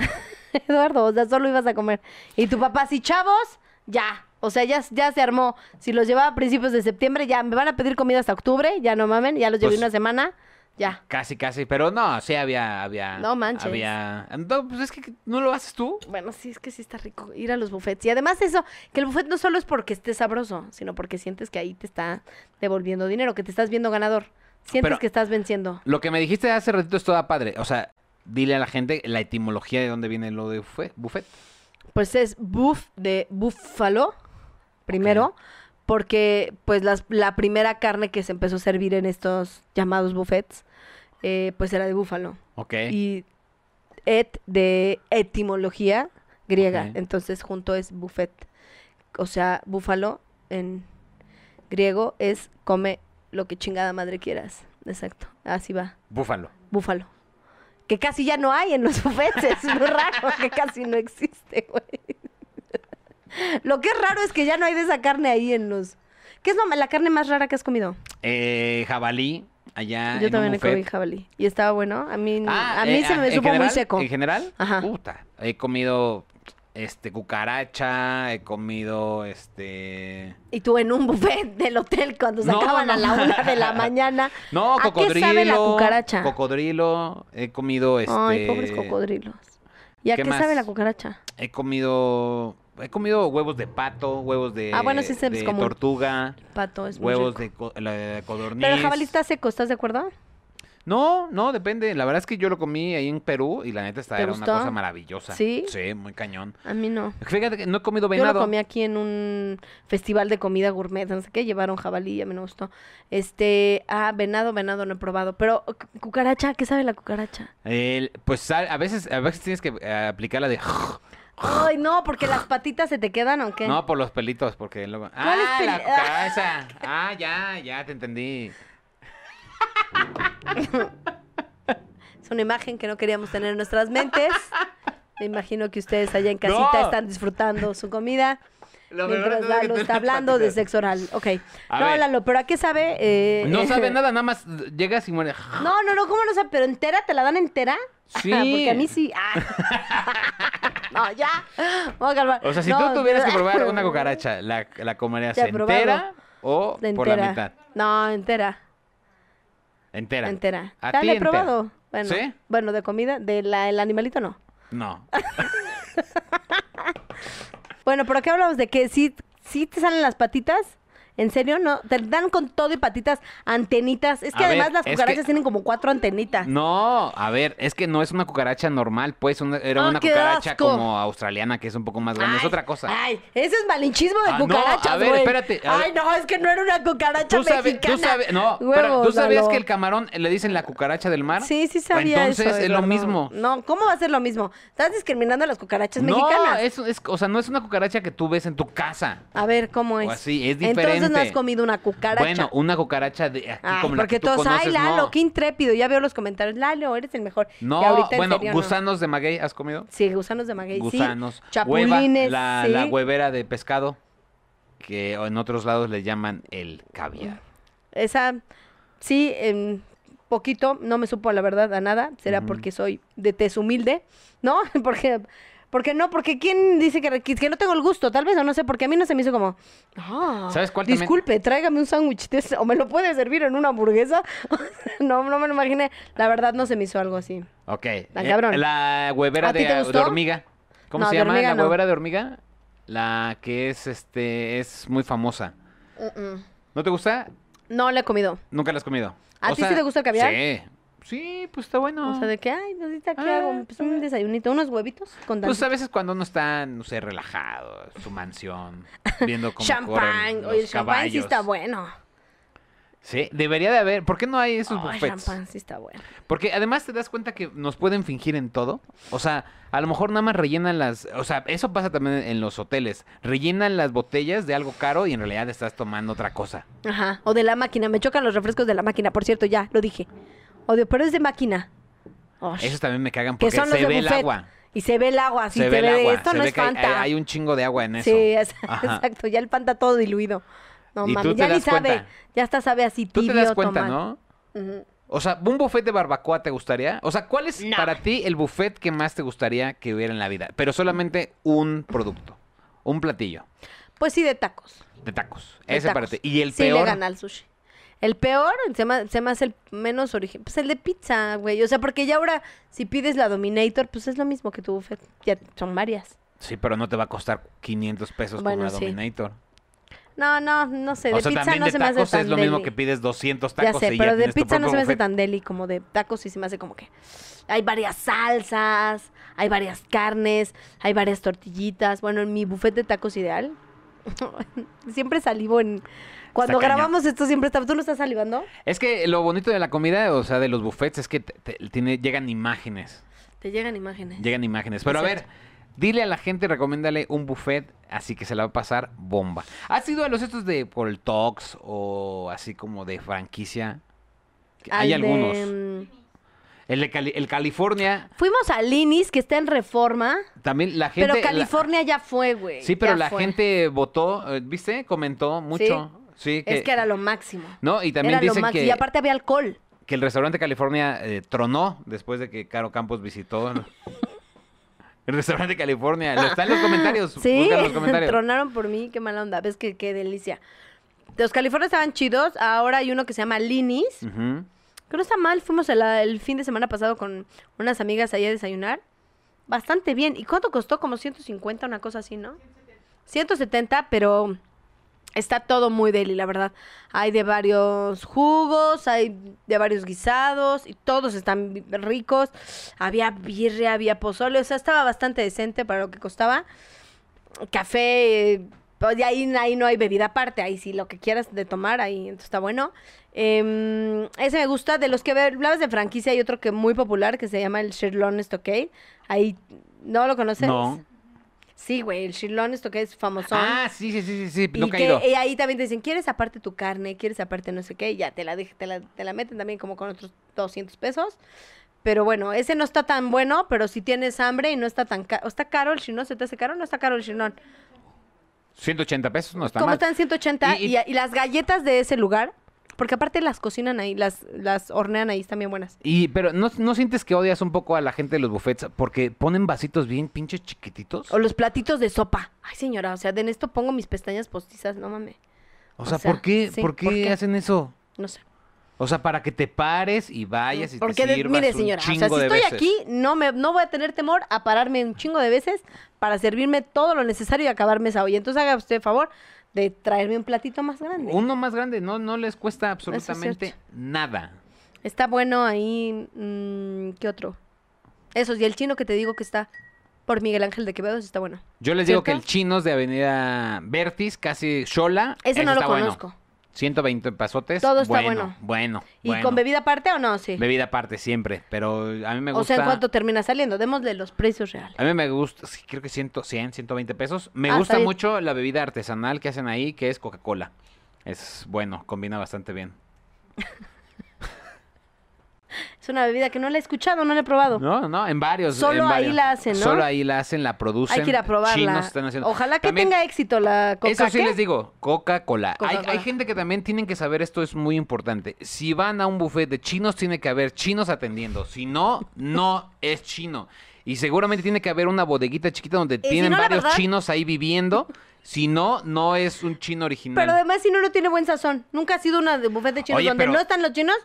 Speaker 3: Eduardo, o sea, solo ibas a comer. Y tu papá, sí, chavos, ya. O sea, ya, ya se armó. Si los llevaba a principios de septiembre, ya me van a pedir comida hasta octubre, ya no mamen, ya los llevé
Speaker 2: Pues-
Speaker 3: una semana, ya.
Speaker 2: Casi, casi, pero no, sí había, había.
Speaker 3: No manches.
Speaker 2: Había. No, pues es que no lo haces tú.
Speaker 3: Bueno, sí, es que sí está rico ir a los buffets. Y además eso, que el buffet no solo es porque esté sabroso, sino porque sientes que ahí te está devolviendo dinero, que te estás viendo ganador. Sientes
Speaker 2: Pero-
Speaker 3: que estás venciendo.
Speaker 2: Lo que me dijiste hace ratito es toda padre. O sea, dile a la gente la etimología de dónde viene lo de bufé- buffet.
Speaker 3: Pues es buff de búfalo, primero, porque pues las- la primera carne que se empezó a servir en estos llamados buffets, eh, pues era de búfalo.
Speaker 2: Ok.
Speaker 3: Y et de etimología griega,
Speaker 2: Ok.
Speaker 3: entonces junto es buffet. O sea, búfalo en griego es come lo que chingada madre quieras. Exacto, así va,
Speaker 2: Búfalo.
Speaker 3: búfalo. Que casi ya no hay en los buffets, es muy raro que casi no existe, güey. Lo que es raro es que ya no hay de esa carne ahí en los... ¿Qué es lo- la carne más rara que has comido?
Speaker 2: Eh, jabalí, allá.
Speaker 3: Yo
Speaker 2: Ah, en
Speaker 3: también
Speaker 2: un
Speaker 3: he comido
Speaker 2: buffet.
Speaker 3: jabalí. Y estaba bueno. A mí,
Speaker 2: Ah,
Speaker 3: Mm, a mí
Speaker 2: eh,
Speaker 3: se me
Speaker 2: en
Speaker 3: supo muy
Speaker 2: general-
Speaker 3: seco.
Speaker 2: En general,
Speaker 3: Ajá.
Speaker 2: puta. He comido este cucaracha, he comido este.
Speaker 3: Y tú en un buffet del hotel cuando
Speaker 2: No,
Speaker 3: sacaban a
Speaker 2: no.
Speaker 3: la una de la mañana.
Speaker 2: No,
Speaker 3: ¿A qué
Speaker 2: cocodrilo.
Speaker 3: sabe la cucaracha?
Speaker 2: Cocodrilo. He comido este.
Speaker 3: Ay, pobres cocodrilos. ¿Y a
Speaker 2: ¿qué
Speaker 3: qué,
Speaker 2: más?
Speaker 3: sabe la cucaracha?
Speaker 2: He comido. He comido huevos de pato, huevos de,
Speaker 3: Ah, bueno, sí, ese es
Speaker 2: de
Speaker 3: común.
Speaker 2: tortuga,
Speaker 3: Pato, es muy
Speaker 2: huevos
Speaker 3: rico.
Speaker 2: de, co- la- de codorniz.
Speaker 3: Pero el jabalí está seco, ¿estás de acuerdo?
Speaker 2: No, no, depende. La verdad es que yo lo comí ahí en Perú y la neta esta
Speaker 3: ¿Te
Speaker 2: era
Speaker 3: gustó?
Speaker 2: una cosa maravillosa.
Speaker 3: ¿Sí?
Speaker 2: Sí, muy cañón.
Speaker 3: A mí no.
Speaker 2: Fíjate que no he comido
Speaker 3: Yo
Speaker 2: venado.
Speaker 3: lo comí aquí en un festival de comida gourmet, no sé qué, llevaron jabalí, a mí no me gustó. Este, ah, venado, venado no he probado. Pero, cu- cucaracha, ¿qué sabe la cucaracha?
Speaker 2: El- pues a, a veces a veces tienes que eh, aplicar la de...
Speaker 3: Ay, no, porque las patitas se te quedan, ¿o qué?
Speaker 2: No, por los pelitos, porque luego...
Speaker 3: ¿Cuál es
Speaker 2: Ah, la
Speaker 3: peli-
Speaker 2: cucaracha. ah, ya, ya te entendí.
Speaker 3: Es una imagen que no queríamos tener en nuestras mentes. Me imagino que ustedes allá en casita
Speaker 2: No.
Speaker 3: están disfrutando su comida.
Speaker 2: Lo mejor
Speaker 3: mientras
Speaker 2: es que
Speaker 3: Lalo
Speaker 2: tú
Speaker 3: está
Speaker 2: la
Speaker 3: hablando de
Speaker 2: platicas.
Speaker 3: sexo oral. Ok.
Speaker 2: A
Speaker 3: no,
Speaker 2: ver.
Speaker 3: Lalo, ¿pero a qué sabe? Eh,
Speaker 2: No
Speaker 3: eh,
Speaker 2: sabe nada, nada más llegas y muere.
Speaker 3: No, no, no, ¿cómo no sabe? ¿Pero entera? ¿Te la dan entera?
Speaker 2: Sí.
Speaker 3: Porque a mí sí. Ah. no, ya. Me Voy a calmar.
Speaker 2: O sea, si
Speaker 3: No,
Speaker 2: tú tuvieras que probar una cucaracha, ¿la, la comerías
Speaker 3: Ya,
Speaker 2: entera o
Speaker 3: entera.
Speaker 2: por la mitad?
Speaker 3: No, entera.
Speaker 2: Entera.
Speaker 3: Entera.
Speaker 2: ¿A
Speaker 3: Ya
Speaker 2: ti
Speaker 3: la he
Speaker 2: entera?
Speaker 3: probado. Bueno,
Speaker 2: ¿Sí?
Speaker 3: bueno, de comida, del animalito no.
Speaker 2: No.
Speaker 3: Bueno, pero qué hablamos de que sí, sí te salen las patitas En serio, no. Te dan con todo y patitas, antenitas. Es que
Speaker 2: A ver,
Speaker 3: además las
Speaker 2: es que-
Speaker 3: cucarachas tienen como cuatro antenitas.
Speaker 2: No, a ver, es que no es una cucaracha normal, pues una- era
Speaker 3: Ah,
Speaker 2: una
Speaker 3: qué
Speaker 2: cucaracha
Speaker 3: asco.
Speaker 2: como australiana que es un poco más grande, es
Speaker 3: Ay,
Speaker 2: otra cosa.
Speaker 3: Ay, ese es malinchismo de
Speaker 2: Ah, no,
Speaker 3: cucarachas,
Speaker 2: a ver,
Speaker 3: güey.
Speaker 2: espérate, a
Speaker 3: Ay,
Speaker 2: ver.
Speaker 3: no, es que no era una cucaracha
Speaker 2: ¿Tú sabes,
Speaker 3: mexicana.
Speaker 2: tú sabes, no, pero,
Speaker 3: Huevos,
Speaker 2: ¿tú sabías
Speaker 3: Lalo.
Speaker 2: que el camarón le dicen la cucaracha del mar?
Speaker 3: Sí, sí
Speaker 2: Pues
Speaker 3: sabía
Speaker 2: Entonces
Speaker 3: eso,
Speaker 2: es lo
Speaker 3: Eduardo.
Speaker 2: mismo.
Speaker 3: No, ¿cómo va a ser lo mismo? Estás discriminando a las cucarachas
Speaker 2: No,
Speaker 3: mexicanas.
Speaker 2: es, es, o sea, no es una cucaracha que tú ves en tu casa.
Speaker 3: A ver, ¿cómo es?
Speaker 2: O así, Pues es
Speaker 3: Entonces no
Speaker 2: diferente.
Speaker 3: has comido una cucaracha.
Speaker 2: Bueno, una cucaracha de aquí
Speaker 3: Ay,
Speaker 2: como la
Speaker 3: porque
Speaker 2: que tú
Speaker 3: todos,
Speaker 2: conoces,
Speaker 3: ay, Lalo,
Speaker 2: no.
Speaker 3: qué intrépido. Ya veo los comentarios. Lalo, eres el mejor. Y
Speaker 2: No,
Speaker 3: ahorita, en
Speaker 2: bueno,
Speaker 3: serio, no.
Speaker 2: gusanos de maguey, ¿has comido?
Speaker 3: Sí, gusanos de maguey. sí.
Speaker 2: gusanos, hueva,
Speaker 3: Chapulines.
Speaker 2: la,
Speaker 3: sí.
Speaker 2: la huevera de pescado, que en otros lados le llaman el caviar.
Speaker 3: Esa, sí, em, poquito, no me supo la verdad a nada. Será
Speaker 2: Ujú.
Speaker 3: porque soy de tez humilde, ¿no? porque, porque no, porque quién dice que, que- que no tengo el gusto, tal vez, o no sé, porque a mí no se me hizo como, ah,
Speaker 2: ¿Sabes cuál también?
Speaker 3: disculpe, tráigame un sándwich, de ese, o me lo puede servir en una hamburguesa. no, no me lo imaginé. La verdad no se me hizo algo así.
Speaker 2: Ok. eh,
Speaker 3: Tan cabrón.
Speaker 2: La huevera
Speaker 3: ¿A ti
Speaker 2: de,
Speaker 3: te
Speaker 2: de
Speaker 3: gustó?
Speaker 2: hormiga. ¿Cómo
Speaker 3: No,
Speaker 2: se
Speaker 3: de
Speaker 2: llama
Speaker 3: hormiga
Speaker 2: la
Speaker 3: no.
Speaker 2: huevera de hormiga? La que es este es muy famosa. ¿No te gusta?
Speaker 3: No le he comido.
Speaker 2: Nunca la has comido.
Speaker 3: ¿A ti sí te gusta el caviar?
Speaker 2: Sí. Sí, pues está bueno.
Speaker 3: O sea, de que, ay, necesita, ¿qué
Speaker 2: Ah,
Speaker 3: hago? Pues un desayunito, unos huevitos con
Speaker 2: Pues
Speaker 3: tantito
Speaker 2: a veces cuando uno está, no sé, relajado, en su mansión, viendo cómo corren
Speaker 3: champán.
Speaker 2: los
Speaker 3: Oye, el champán sí
Speaker 2: caballos.
Speaker 3: está bueno.
Speaker 2: Sí, debería de haber. ¿Por qué no hay esos
Speaker 3: Ay,
Speaker 2: buffets?
Speaker 3: champán sí está bueno.
Speaker 2: Porque además te das cuenta que nos pueden fingir en todo. O sea, a lo mejor nada más rellenan las... O sea, eso pasa también en los hoteles. Rellenan las botellas de algo caro y en realidad estás tomando otra cosa.
Speaker 3: Ajá, o de la máquina. Me chocan los refrescos de la máquina, por cierto, ya, lo dije. Odio, pero es de máquina. Osh.
Speaker 2: Esos también me cagan
Speaker 3: que
Speaker 2: porque
Speaker 3: son los
Speaker 2: se
Speaker 3: de
Speaker 2: ve el
Speaker 3: buffet.
Speaker 2: agua.
Speaker 3: Y se ve el agua, así
Speaker 2: se
Speaker 3: te
Speaker 2: ve el
Speaker 3: de-
Speaker 2: agua.
Speaker 3: Esto
Speaker 2: se
Speaker 3: no
Speaker 2: ve
Speaker 3: es
Speaker 2: que hay,
Speaker 3: Fanta.
Speaker 2: hay- hay un chingo de agua en eso.
Speaker 3: sí, es-
Speaker 2: Ajá.
Speaker 3: exacto, ya el Fanta todo diluido. No
Speaker 2: Y tú
Speaker 3: mames,
Speaker 2: te
Speaker 3: ya ni
Speaker 2: das
Speaker 3: sabe,
Speaker 2: cuenta.
Speaker 3: ya hasta sabe así
Speaker 2: Tú
Speaker 3: tibio.
Speaker 2: te das cuenta,
Speaker 3: tomar.
Speaker 2: ¿no?
Speaker 3: Ujú.
Speaker 2: O sea, ¿un buffet de barbacoa te gustaría? O sea, ¿cuál es
Speaker 3: No.
Speaker 2: para ti el buffet que más te gustaría que hubiera en la vida? Pero solamente un producto, un platillo
Speaker 3: Pues sí, de tacos.
Speaker 2: de tacos.
Speaker 3: de
Speaker 2: Ese para
Speaker 3: tacos.
Speaker 2: ti. Y el
Speaker 3: Sí, le
Speaker 2: peor...
Speaker 3: gana al sushi. El peor, se me, se me hace el menos origen. Pues el de pizza, güey. O sea, porque ya ahora, si pides la Dominator, pues es lo mismo que tu buffet. Ya son varias.
Speaker 2: Sí, pero no te va a costar 500 pesos
Speaker 3: Bueno,
Speaker 2: como una
Speaker 3: sí.
Speaker 2: Dominator.
Speaker 3: No, no, no sé. De
Speaker 2: O sea,
Speaker 3: pizza
Speaker 2: también
Speaker 3: no
Speaker 2: de
Speaker 3: se me hace
Speaker 2: tacos
Speaker 3: tan
Speaker 2: es lo mismo
Speaker 3: deli.
Speaker 2: que pides 200
Speaker 3: Ya
Speaker 2: tacos
Speaker 3: sé,
Speaker 2: y
Speaker 3: pero de
Speaker 2: tienes tu
Speaker 3: pizza no
Speaker 2: propio
Speaker 3: se me hace
Speaker 2: buffet.
Speaker 3: tan deli como de tacos sí se me hace como que hay varias salsas, hay varias carnes, hay varias tortillitas. Bueno, en mi buffet de tacos ideal siempre salivo en cuando
Speaker 2: cañón.
Speaker 3: grabamos esto siempre está, tú no estás salivando,
Speaker 2: Es que lo bonito de la comida, o sea, de los buffets, es que te- te- tiene, llegan imágenes.
Speaker 3: te llegan imágenes.
Speaker 2: Llegan imágenes. Pero a ver,
Speaker 3: Exacto.
Speaker 2: dile a la gente, recomiéndale un buffet, así que se la va a pasar bomba. ¿Has ido a los estos de por el Tox o así como de franquicia? Que Hay
Speaker 3: Al de,
Speaker 2: algunos.
Speaker 3: mm,
Speaker 2: El de Cali- el California,
Speaker 3: Fuimos a Linis que está en Reforma,
Speaker 2: también la gente...
Speaker 3: pero
Speaker 2: la-
Speaker 3: California ya fue, güey.
Speaker 2: sí, pero
Speaker 3: ya
Speaker 2: la
Speaker 3: fue.
Speaker 2: gente votó, eh, ¿viste? Comentó mucho. Sí,
Speaker 3: es que era lo máximo.
Speaker 2: No, y también
Speaker 3: era lo
Speaker 2: dicen
Speaker 3: máximo
Speaker 2: que,
Speaker 3: y aparte había alcohol.
Speaker 2: que el restaurante California eh, tronó después de que Caro Campos visitó ¿no? el restaurante California. Lo está en los comentarios.
Speaker 3: Sí,
Speaker 2: busca en los comentarios.
Speaker 3: tronaron por mí, qué mala onda. Ves que qué delicia. Los Californias estaban chidos, ahora hay uno que se llama Linis. que
Speaker 2: Ujú.
Speaker 3: no está mal, fuimos el, el fin de semana pasado con unas amigas ahí a desayunar. Bastante bien. ¿Y cuánto costó? Como 150, una cosa así, ¿no? 170, pero está todo muy deli, la verdad. Hay de varios jugos, hay de varios guisados y todos están bi- ricos. Había birria, había pozole, o sea, estaba bastante decente para lo que costaba. Café, eh, pues, de ahí, ahí no hay bebida aparte, ahí sí lo que quieras de tomar, ahí entonces está bueno. Em, ese me gusta, de los que ve- hablabas de franquicia, hay otro que muy popular que se llama el Sherlon Stockade. Ahí, ¿no lo conoces?
Speaker 2: No.
Speaker 3: Sí, güey, el Shirlon, esto que es famosón.
Speaker 2: Ah, sí, sí, sí, sí, sí.
Speaker 3: y
Speaker 2: No he
Speaker 3: que
Speaker 2: caído.
Speaker 3: y ahí también te dicen, ¿quieres aparte tu carne? ¿Quieres aparte no sé qué? Y ya te la, dej- te la, te la meten también como con otros 200 pesos. Pero bueno, ese no está tan bueno, pero si tienes hambre y no está tan caro. ¿Está caro el Shirlon? ¿Se te hace caro? No está caro el Shirlon.
Speaker 2: 180 pesos no está
Speaker 3: Como
Speaker 2: mal.
Speaker 3: están 180
Speaker 2: Y-
Speaker 3: y,
Speaker 2: y-
Speaker 3: y las galletas de ese lugar, porque aparte las cocinan ahí, las, las hornean ahí, están bien buenas.
Speaker 2: Y, pero ¿no, ¿no sientes que odias un poco a la gente de los buffets porque ponen vasitos bien pinches chiquititos?
Speaker 3: O los platitos de sopa. Ay, señora, o sea, de en esto pongo mis pestañas postizas, no mames.
Speaker 2: O sea,
Speaker 3: o sea,
Speaker 2: ¿por, qué,
Speaker 3: sí,
Speaker 2: ¿por qué
Speaker 3: ¿por qué?
Speaker 2: hacen eso?
Speaker 3: No sé.
Speaker 2: O sea, para que te pares y vayas y
Speaker 3: Porque,
Speaker 2: te
Speaker 3: de-
Speaker 2: sirvas
Speaker 3: mire,
Speaker 2: un
Speaker 3: señora, o sea, si
Speaker 2: chingo de
Speaker 3: estoy
Speaker 2: veces.
Speaker 3: aquí, no, me, no voy a tener temor a pararme un chingo de veces para servirme todo lo necesario y acabarme esa olla. Entonces, haga usted favor de traerme un platito más grande.
Speaker 2: Uno más grande, no, no les cuesta absolutamente
Speaker 3: cierto.
Speaker 2: nada.
Speaker 3: Está bueno ahí. mm, ¿Qué otro? Esos. Y el chino que te digo que está por Miguel Ángel de Quevedo, ese está bueno.
Speaker 2: Yo les digo que
Speaker 3: ¿Cierto?
Speaker 2: el chino es de Avenida Vertis, casi Shola.
Speaker 3: Ese no lo
Speaker 2: está bueno.
Speaker 3: conozco.
Speaker 2: 120 pasotes.
Speaker 3: Todo está
Speaker 2: Bueno,
Speaker 3: bueno.
Speaker 2: bueno,
Speaker 3: ¿Y
Speaker 2: bueno.
Speaker 3: con bebida aparte o no? Sí.
Speaker 2: Bebida aparte siempre, pero a mí me gusta.
Speaker 3: O sea, ¿en cuánto termina saliendo? Démosle los precios reales.
Speaker 2: A mí me gusta, sí, creo que 100, 100 120 pesos. Me
Speaker 3: Ah,
Speaker 2: gusta
Speaker 3: está bien.
Speaker 2: mucho la bebida artesanal que hacen ahí, que es Coca-Cola. Es bueno, combina bastante bien.
Speaker 3: Es una bebida que no la he escuchado, no la he probado.
Speaker 2: No, no, en varios.
Speaker 3: Solo
Speaker 2: en
Speaker 3: ahí
Speaker 2: varios.
Speaker 3: la hacen, ¿no?
Speaker 2: Solo ahí la hacen, la producen.
Speaker 3: Hay que ir a probarla.
Speaker 2: pues chinos están haciendo.
Speaker 3: Ojalá que
Speaker 2: También-
Speaker 3: tenga éxito la coca.
Speaker 2: Eso sí
Speaker 3: ¿qué?
Speaker 2: les digo, Coca-Cola. Hay,
Speaker 3: Coca-Cola.
Speaker 2: hay gente que también tienen que saber, esto es muy importante. Si van a un buffet de chinos, tiene que haber chinos atendiendo. Si no, no es chino. Y seguramente tiene que haber una bodeguita chiquita donde
Speaker 3: Eh, si
Speaker 2: tienen
Speaker 3: no, la
Speaker 2: varios
Speaker 3: verdad-
Speaker 2: chinos ahí viviendo. Si no, no es un chino original.
Speaker 3: Pero además, si no, no tiene buen sazón. Nunca ha sido una de buffet de chinos
Speaker 2: Oye,
Speaker 3: donde
Speaker 2: pero-
Speaker 3: no están los chinos,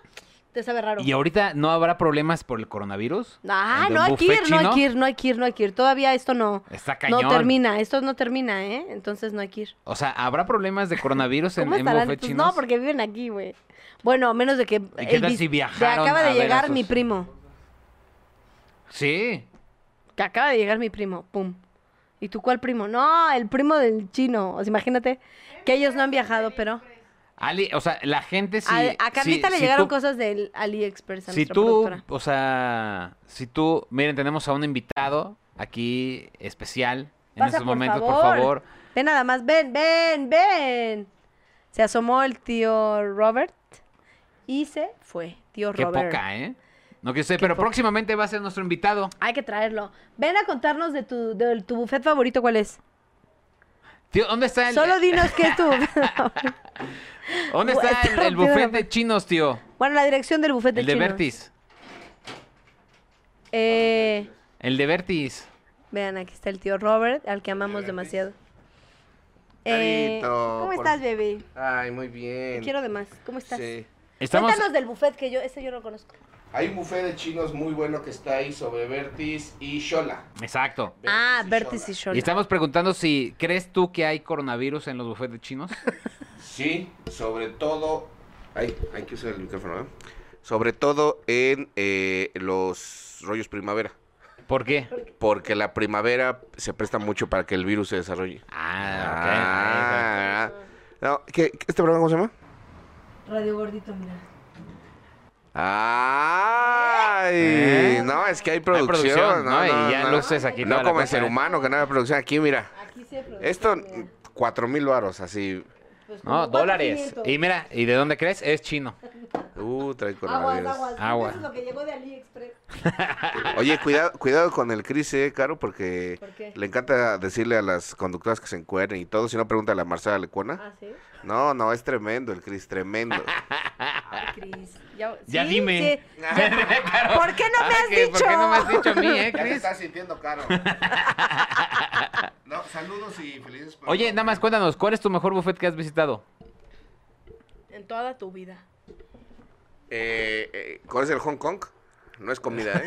Speaker 3: te sabe raro.
Speaker 2: ¿Y ahorita no habrá problemas por el coronavirus?
Speaker 3: Ah,
Speaker 2: ¿De un
Speaker 3: no hay que
Speaker 2: buffet
Speaker 3: ir, no hay
Speaker 2: chino?
Speaker 3: que ir, no hay que ir, no hay que ir. Todavía esto no,
Speaker 2: Está cañón.
Speaker 3: no termina, esto no termina, ¿eh? Entonces no hay que ir.
Speaker 2: O sea, ¿habrá problemas de coronavirus en,
Speaker 3: ¿Cómo
Speaker 2: en
Speaker 3: estarán?
Speaker 2: buffet
Speaker 3: Pues
Speaker 2: chinos?
Speaker 3: no, porque viven aquí, güey. Bueno, a menos de que...
Speaker 2: ¿Y qué tal si viajaron
Speaker 3: acaba
Speaker 2: a
Speaker 3: de
Speaker 2: ver a
Speaker 3: llegar
Speaker 2: sus-
Speaker 3: mi primo.
Speaker 2: Sí.
Speaker 3: Que acaba de llegar mi primo, pum. ¿Y tú cuál primo? No, el primo del chino. O sea, imagínate que ellos no han viajado, pero...
Speaker 2: Ali, o sea, la gente sí.
Speaker 3: a, a Carlita
Speaker 2: sí-
Speaker 3: le
Speaker 2: sí
Speaker 3: llegaron
Speaker 2: tú-
Speaker 3: cosas del AliExpress a
Speaker 2: Si
Speaker 3: nuestra
Speaker 2: tú,
Speaker 3: productora.
Speaker 2: o sea, si tú, miren, tenemos a un invitado aquí especial en
Speaker 3: Pasa,
Speaker 2: estos momentos, por
Speaker 3: favor.
Speaker 2: favor.
Speaker 3: Ven nada más, ven, ven, ven. Se asomó el tío Robert y se fue, tío
Speaker 2: Qué
Speaker 3: Robert.
Speaker 2: poca, ¿eh? No que sé, pero próximamente va a ser nuestro invitado.
Speaker 3: Hay que traerlo. Ven a contarnos de tu, de tu buffet favorito, ¿cuál es?
Speaker 2: Tío, ¿dónde está el,
Speaker 3: Solo dinos qué es tu...
Speaker 2: ¿dónde está el, el buffet de chinos, tío?
Speaker 3: bueno, la dirección del buffet de
Speaker 2: El de
Speaker 3: chinos.
Speaker 2: Vertis.
Speaker 3: Eh,
Speaker 2: El de Vertis.
Speaker 3: vean, aquí está el tío Robert, al que amamos demasiado. Eh,
Speaker 6: Carito,
Speaker 3: ¿Cómo
Speaker 6: por-
Speaker 3: estás, bebé?
Speaker 6: Ay, muy
Speaker 3: Te
Speaker 6: bien.
Speaker 3: quiero de más. ¿Cómo estás?
Speaker 6: Sí.
Speaker 2: Estamos
Speaker 3: Cuéntanos del buffet que yo, ese yo no lo conozco.
Speaker 6: Hay un buffet de chinos muy bueno que está ahí sobre Vertis y Shola.
Speaker 2: Exacto.
Speaker 3: ah,
Speaker 6: Vertis
Speaker 3: Vertis y
Speaker 6: Shola.
Speaker 3: Shola.
Speaker 2: Y estamos preguntando si crees tú que hay coronavirus en los buffets de chinos.
Speaker 6: Sí, sobre todo. Ay, hay que usar el micrófono, ¿eh? Sobre todo en eh, los rollos primavera.
Speaker 2: ¿Por qué?
Speaker 6: Porque la primavera se presta mucho para que el virus se desarrolle.
Speaker 2: Ah, ok.
Speaker 6: Ah, no, ¿qué- qué- ¿Este programa cómo se llama?
Speaker 3: Radio Gordito, mira.
Speaker 6: Ay,
Speaker 2: ¿Eh?
Speaker 6: no, es que hay
Speaker 2: producción,
Speaker 6: producción.
Speaker 2: ¿no?
Speaker 6: no,
Speaker 2: Y
Speaker 6: no,
Speaker 2: ya
Speaker 6: no.
Speaker 2: luces aquí toda
Speaker 6: No
Speaker 2: la
Speaker 6: como el
Speaker 2: cosa,
Speaker 6: ser
Speaker 2: ¿eh?
Speaker 6: humano que no hay producción. Aquí, mira.
Speaker 3: Aquí se produce,
Speaker 6: Esto, eh,
Speaker 3: mira.
Speaker 6: cuatro mil varos, así.
Speaker 3: Pues como
Speaker 2: No,
Speaker 3: cuatro
Speaker 2: dólares.
Speaker 3: quinientos.
Speaker 2: Y mira, ¿y de dónde crees? Es chino.
Speaker 6: Uh, trae
Speaker 3: Aguas,
Speaker 6: coronavirus.
Speaker 3: aguas.
Speaker 2: Agua.
Speaker 3: Eso es lo que llegó de AliExpress.
Speaker 6: Oye, cuidado, cuidado con el Cris, eh, Caro, porque
Speaker 3: ¿Por qué?
Speaker 6: le encanta decirle a las conductoras que se encuentren y todo. Si no, pregunta a la Marcela Lecuona.
Speaker 3: Ah, sí.
Speaker 6: No, no, es tremendo el Cris, tremendo.
Speaker 3: Cris. Ya,
Speaker 2: Ya
Speaker 3: sí,
Speaker 2: dime.
Speaker 3: sí. Ya- ¿Por qué no me has dicho?
Speaker 2: ¿Por qué no me has dicho a mí, eh,
Speaker 6: te
Speaker 2: Chris?
Speaker 6: estás sintiendo caro. No, saludos y felices.
Speaker 2: Oye, nada más cuéntanos, ¿cuál es tu mejor buffet que has visitado?
Speaker 3: En toda tu vida.
Speaker 6: Eh, eh, ¿Cuál es el Hong Kong? No es comida, ¿eh?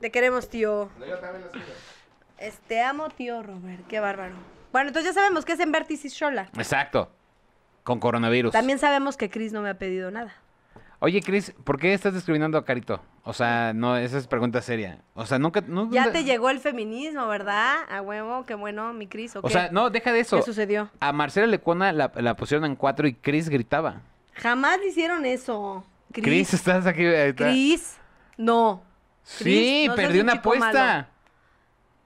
Speaker 3: Te queremos, tío.
Speaker 6: Yo también lo siento.
Speaker 3: Este amo, tío Robert. Qué bárbaro. Bueno, entonces ya sabemos que es en Vertis y Shola.
Speaker 2: Exacto. Con coronavirus.
Speaker 3: También sabemos que Cris no me ha pedido nada.
Speaker 2: Oye, Chris, ¿por qué estás discriminando a Carito? O sea, no, esa es pregunta seria. O sea, nunca... nu-
Speaker 3: Ya
Speaker 2: nunca-
Speaker 3: te llegó el feminismo, ¿verdad? A huevo, qué bueno, mi Cris. ¿o
Speaker 2: O
Speaker 3: qué?
Speaker 2: sea, no, deja de eso.
Speaker 3: ¿Qué sucedió?
Speaker 2: A Marcela Lecuona la, la pusieron en cuatro y Chris gritaba.
Speaker 3: Jamás le hicieron eso. Cris.
Speaker 2: Chris, estás aquí. ahorita?
Speaker 3: Cris, no.
Speaker 2: sí,
Speaker 3: Chris, no seas
Speaker 2: perdí
Speaker 3: un
Speaker 2: una
Speaker 3: chico
Speaker 2: apuesta.
Speaker 3: malo.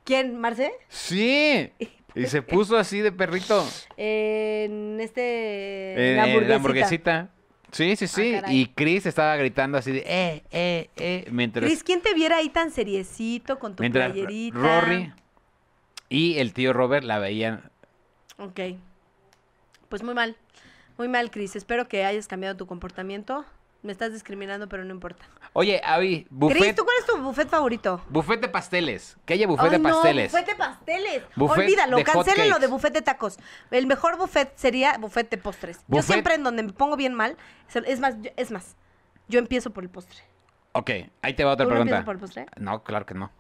Speaker 3: ¿Quién? ¿Marce?
Speaker 2: Sí. Y se puso así de perrito.
Speaker 3: En este.
Speaker 2: Eh,
Speaker 3: la, hamburguesita. Ah,
Speaker 2: hamburguesita. Sí, sí, sí.
Speaker 3: caray.
Speaker 2: y Chris estaba gritando así de, eh, eh, eh, mientras,
Speaker 3: Cris, ¿quién te viera ahí tan seriecito con tu
Speaker 2: mientras
Speaker 3: playerita?
Speaker 2: Rory y el tío Robert la veían.
Speaker 3: Ok. Pues muy mal. Muy mal, Cris. Espero que hayas cambiado tu comportamiento. Me estás discriminando, pero no importa.
Speaker 2: Oye, Avi,
Speaker 3: Cris,
Speaker 2: buffet,
Speaker 3: ¿tú cuál es tu buffet favorito?
Speaker 2: buffet de pasteles. Que haya buffet de
Speaker 3: Ay,
Speaker 2: pasteles.
Speaker 3: No, buffet de pasteles.
Speaker 2: Buffet
Speaker 3: Olvídalo,
Speaker 2: de hot
Speaker 3: cancelen lo
Speaker 2: cakes.
Speaker 3: de buffet de tacos. El mejor buffet sería buffet de postres. Yo
Speaker 2: Buffet-
Speaker 3: siempre en donde me pongo bien mal, es- es más, yo- es más, yo empiezo por el postre.
Speaker 2: Ok, ahí te va otra
Speaker 3: ¿Tú no
Speaker 2: pregunta.
Speaker 3: empiezas por el postre?
Speaker 2: No, claro que no.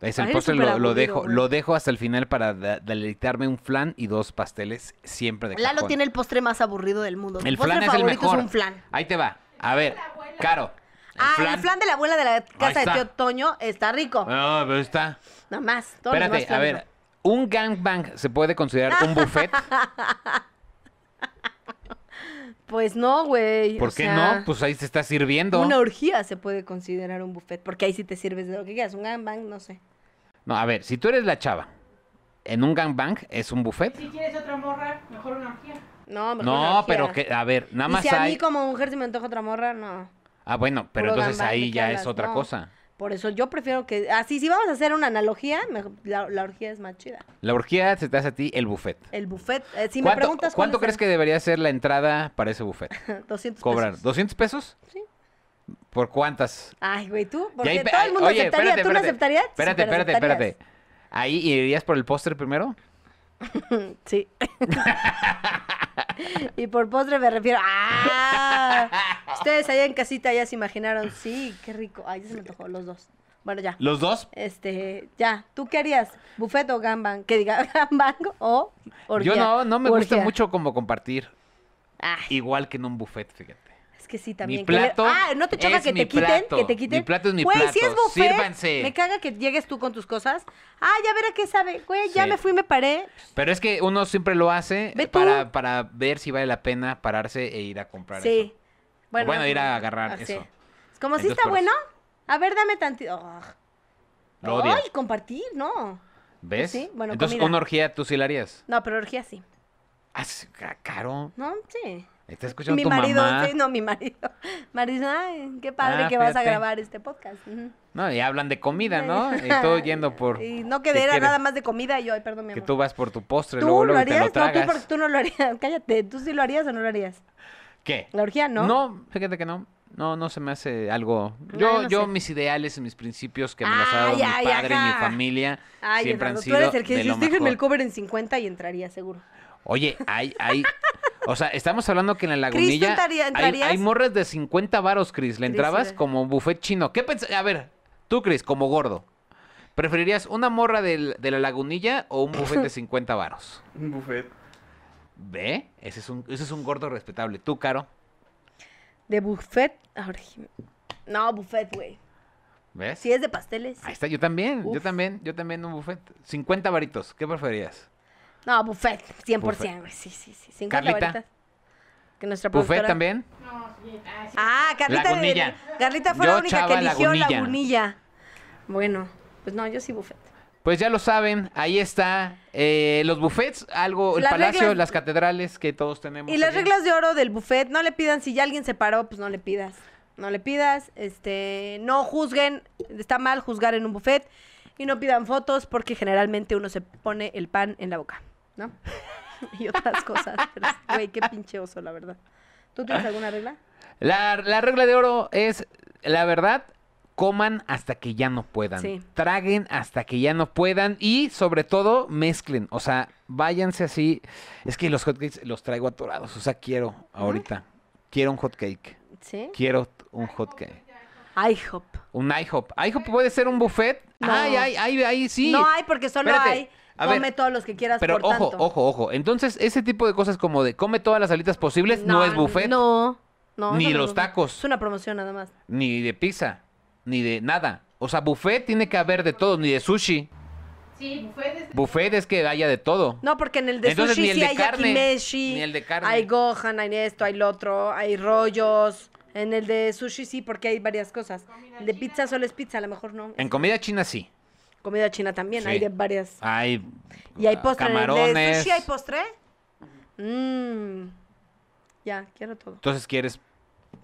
Speaker 2: Es el
Speaker 3: Ay, eres
Speaker 2: postre
Speaker 3: súper
Speaker 2: lo, lo
Speaker 3: aburrido,
Speaker 2: dejo,
Speaker 3: güey.
Speaker 2: lo dejo hasta el final para da- deleitarme un flan y dos pasteles siempre de
Speaker 3: Lalo
Speaker 2: cajón.
Speaker 3: tiene el postre más aburrido del mundo.
Speaker 2: El
Speaker 3: Tu postre
Speaker 2: flan es el
Speaker 3: favorito
Speaker 2: mejor.
Speaker 3: es un flan.
Speaker 2: Ahí te va. A ver, Caro. el
Speaker 3: ah, el flan de la abuela de la casa de
Speaker 2: está.
Speaker 3: tío Toño está rico.
Speaker 2: Ah, pero está.
Speaker 3: Nada más. Todo lo demás
Speaker 2: Espérate, a
Speaker 3: flan
Speaker 2: ver. ¿Un gangbang se puede considerar un buffet?
Speaker 3: no. Pues no, güey.
Speaker 2: ¿Por
Speaker 3: o
Speaker 2: qué
Speaker 3: sea,
Speaker 2: no? Pues ahí se está sirviendo.
Speaker 3: Una orgía se puede considerar un buffet, porque ahí sí te sirves de lo que quieras. Un gangbang, no sé.
Speaker 2: No, a ver, si tú eres la chava, ¿en un gangbang es un buffet?
Speaker 5: Si quieres otra morra, mejor una orgía.
Speaker 3: No, mejor una
Speaker 2: No,
Speaker 3: orgía.
Speaker 2: pero que, a ver, nada
Speaker 3: Y
Speaker 2: más
Speaker 3: si a
Speaker 2: hay...
Speaker 3: mí como mujer se me antoja otra morra, no.
Speaker 2: Ah, bueno, pero
Speaker 3: Puro
Speaker 2: entonces
Speaker 3: gangbang, ¿de
Speaker 2: ahí
Speaker 3: qué
Speaker 2: ya
Speaker 3: hablas?
Speaker 2: es otra
Speaker 3: No.
Speaker 2: cosa.
Speaker 3: Por eso yo prefiero que... Así, si vamos a hacer una analogía, mejor- la, la orgía es más chida.
Speaker 2: La orgía se te hace a ti el buffet.
Speaker 3: El buffet, eh, si me
Speaker 2: ¿Cuánto,
Speaker 3: preguntas...
Speaker 2: cuánto crees que debería ser la entrada para ese buffet?
Speaker 3: que...? 200
Speaker 2: Cobrar.
Speaker 3: pesos.
Speaker 2: ¿200 pesos?
Speaker 3: Sí.
Speaker 2: ¿Por cuántas?
Speaker 3: Ay, güey, tú,
Speaker 2: Y
Speaker 3: porque
Speaker 2: ahí pe-
Speaker 3: todo
Speaker 2: ay,
Speaker 3: el mundo
Speaker 2: oye,
Speaker 3: aceptaría,
Speaker 2: espérate,
Speaker 3: ¿tú no
Speaker 2: espérate.
Speaker 3: aceptarías?
Speaker 2: Espérate,
Speaker 3: Súper
Speaker 2: espérate,
Speaker 3: aceptarías.
Speaker 2: espérate. ¿Ahí irías por el póster primero?
Speaker 3: Sí. y por postre me refiero. ¡Ah! Ustedes allá en casita ya se imaginaron. Sí, qué rico. Ay, ya se me antojó los dos. Bueno, ya.
Speaker 2: ¿Los dos?
Speaker 3: Este, ya. ¿Tú qué harías? ¿Buffet o gambang? Que diga gambang o orgía.
Speaker 2: Yo no, no me gusta
Speaker 3: Orgía. Ah.
Speaker 2: mucho como compartir.
Speaker 3: Ay,
Speaker 2: Igual que en un buffet, fíjate.
Speaker 3: es que sí, también.
Speaker 2: Mi
Speaker 3: que le-
Speaker 2: plato
Speaker 3: Ah, no te choca
Speaker 2: es
Speaker 3: que
Speaker 2: mi
Speaker 3: te quiten,
Speaker 2: plato.
Speaker 3: que te quiten.
Speaker 2: Mi plato es mi
Speaker 3: Güey, si
Speaker 2: plato.
Speaker 3: es buffet,
Speaker 2: Sírvanse.
Speaker 3: me caga que llegues tú con tus cosas. Ah, ya verá qué sabe. Güey, ya
Speaker 2: Sí.
Speaker 3: me fui, me paré.
Speaker 2: Pero es que uno siempre lo hace
Speaker 3: Ve tú.
Speaker 2: para, para ver si vale la pena pararse e ir a comprar.
Speaker 3: Sí.
Speaker 2: eso. O bueno, ir a agarrar
Speaker 3: ah, sí.
Speaker 2: eso.
Speaker 3: Es como si
Speaker 2: Entonces,
Speaker 3: está
Speaker 2: por eso.
Speaker 3: bueno. A ver, dame tantito. Ugh.
Speaker 2: Lo odias.
Speaker 3: Ay, compartir, no.
Speaker 2: ¿Ves?
Speaker 3: Sí, bueno,
Speaker 2: Entonces,
Speaker 3: comida.
Speaker 2: una orgía tú sí la harías.
Speaker 3: No, pero orgía sí.
Speaker 2: Ah, sí, ca- caro.
Speaker 3: No, sí.
Speaker 2: Está escuchando
Speaker 3: mi
Speaker 2: Pues tu
Speaker 3: marido,
Speaker 2: mamá.
Speaker 3: sí, no, mi marido. Marido dice, ay, qué padre
Speaker 2: Ah,
Speaker 3: que vas a
Speaker 2: fíjate.
Speaker 3: grabar este podcast. Ujú.
Speaker 2: No, y hablan de comida, ¿no? Y todo yendo por.
Speaker 3: Y no que era
Speaker 2: quieres-
Speaker 3: nada más de comida y yo, ay, perdón, mi
Speaker 2: Que
Speaker 3: amor.
Speaker 2: tú vas por tu postre,
Speaker 3: ¿Tú
Speaker 2: luego,
Speaker 3: lo
Speaker 2: luego y te lo
Speaker 3: harías? no, tú,
Speaker 2: tragas.
Speaker 3: porque tú no lo harías. Cállate, ¿tú sí lo harías o no lo harías?
Speaker 2: ¿Qué?
Speaker 3: La orgía no.
Speaker 2: No, fíjate que no. No, no se me hace algo.
Speaker 3: No,
Speaker 2: Yo,
Speaker 3: no
Speaker 2: yo
Speaker 3: sé.
Speaker 2: mis ideales y mis principios que me los ha
Speaker 3: Ay,
Speaker 2: dado
Speaker 3: ay,
Speaker 2: mi padre y mi
Speaker 3: ajá.
Speaker 2: familia
Speaker 3: Ay,
Speaker 2: siempre
Speaker 3: Eduardo,
Speaker 2: han sido
Speaker 3: tú eres el que
Speaker 2: de lo
Speaker 3: dices, déjenme el
Speaker 2: mejor".
Speaker 3: cover en 50 y entraría, seguro.
Speaker 2: Oye, hay, hay, o sea, estamos hablando que en la
Speaker 3: Cris, ¿tú
Speaker 2: lagunilla
Speaker 3: entraría-
Speaker 2: hay,
Speaker 3: entrarías?
Speaker 2: hay morras de 50 varos, Cris. Le
Speaker 3: Cris, eh.
Speaker 2: entrabas
Speaker 3: era-
Speaker 2: como buffet chino. ¿Qué pens- A ver, tú, Cris, como gordo, ¿preferirías una morra del- de la lagunilla o un buffet de 50 varos?
Speaker 4: Un buffet.
Speaker 2: ¿Ve? Ese es un, ese es un gordo respetable. Tú, Caro,
Speaker 3: De buffet a orgía. No, buffet, güey.
Speaker 2: ¿ves?
Speaker 3: Si es de pasteles.
Speaker 2: Ahí está, yo también, yo
Speaker 3: Uf.
Speaker 2: también, yo también un buffet. 50 varitos, ¿qué preferirías?
Speaker 3: No, buffet, 100%,
Speaker 2: Buffet.
Speaker 3: güey. Sí, sí, sí. 50
Speaker 2: Carlita.
Speaker 3: varitas. Que nuestra
Speaker 2: ¿Buffet
Speaker 3: productora-
Speaker 2: también?
Speaker 5: No, sí. Ah, sí.
Speaker 3: Ah, Carlita. de-
Speaker 2: Lagunilla.
Speaker 3: Carlita fue la
Speaker 2: Yo,
Speaker 3: única
Speaker 2: chava,
Speaker 3: que eligió Lagunilla.
Speaker 2: Lagunilla.
Speaker 3: Bueno, pues no, yo sí buffet.
Speaker 2: Pues ya lo saben, ahí está. eh, los buffets, algo, el
Speaker 3: Las
Speaker 2: palacio,
Speaker 3: reglas-
Speaker 2: las catedrales que todos tenemos.
Speaker 3: Y las
Speaker 2: aquí.
Speaker 3: reglas de oro del buffet, no le pidan, si ya alguien se paró, pues no le pidas. No le pidas, este, no juzguen, está mal juzgar en un buffet y no pidan fotos porque generalmente uno se pone el pan en la boca, ¿no? y otras cosas, pero, güey, qué pinche oso, la verdad. ¿Tú tienes alguna regla?
Speaker 2: La, la regla de oro es, la verdad, coman hasta que ya no puedan.
Speaker 3: Sí.
Speaker 2: Traguen hasta que ya no puedan y, sobre todo, mezclen. O sea, váyanse así. Es que los hotcakes los traigo atorados. O sea, quiero ahorita. Quiero un hotcake.
Speaker 3: ¿Sí?
Speaker 2: Quiero un hotcake.
Speaker 3: IHOP.
Speaker 2: Un IHOP. IHOP puede ser un buffet.
Speaker 3: No.
Speaker 2: Ay, ay, ay, ay, sí.
Speaker 3: No hay porque solo
Speaker 2: Espérate,
Speaker 3: hay.
Speaker 2: a
Speaker 3: Come
Speaker 2: ver,
Speaker 3: todos los que quieras
Speaker 2: Pero
Speaker 3: por
Speaker 2: ojo,
Speaker 3: tanto.
Speaker 2: ojo, ojo. Entonces, ese tipo de cosas como de come todas las alitas posibles no, es buffet,
Speaker 3: No, no.
Speaker 2: Ni
Speaker 3: eso no es
Speaker 2: los
Speaker 3: buffet.
Speaker 2: tacos.
Speaker 3: Es una promoción nada más.
Speaker 2: ni de pizza, ni de nada. O sea, buffet tiene que haber de todo, ni de sushi.
Speaker 5: Sí, buffet es-
Speaker 2: Buffet es que haya de todo.
Speaker 3: No, porque en el de
Speaker 2: Entonces,
Speaker 3: sushi
Speaker 2: ni el
Speaker 3: sí
Speaker 2: de
Speaker 3: hay
Speaker 2: carne,
Speaker 3: yakimeshi.
Speaker 2: ni el de carne.
Speaker 3: Hay gohan, hay esto, hay lo otro, hay rollos. En el de sushi sí, porque hay varias cosas. El de pizza solo es pizza, a lo mejor no.
Speaker 2: En comida china sí.
Speaker 3: Comida china también,
Speaker 2: Sí.
Speaker 3: hay de varias.
Speaker 2: Hay ah,
Speaker 3: Y hay postre. en el de
Speaker 2: camarones.
Speaker 3: sushi hay postre? Mmm. Ya, quiero todo.
Speaker 2: Entonces quieres.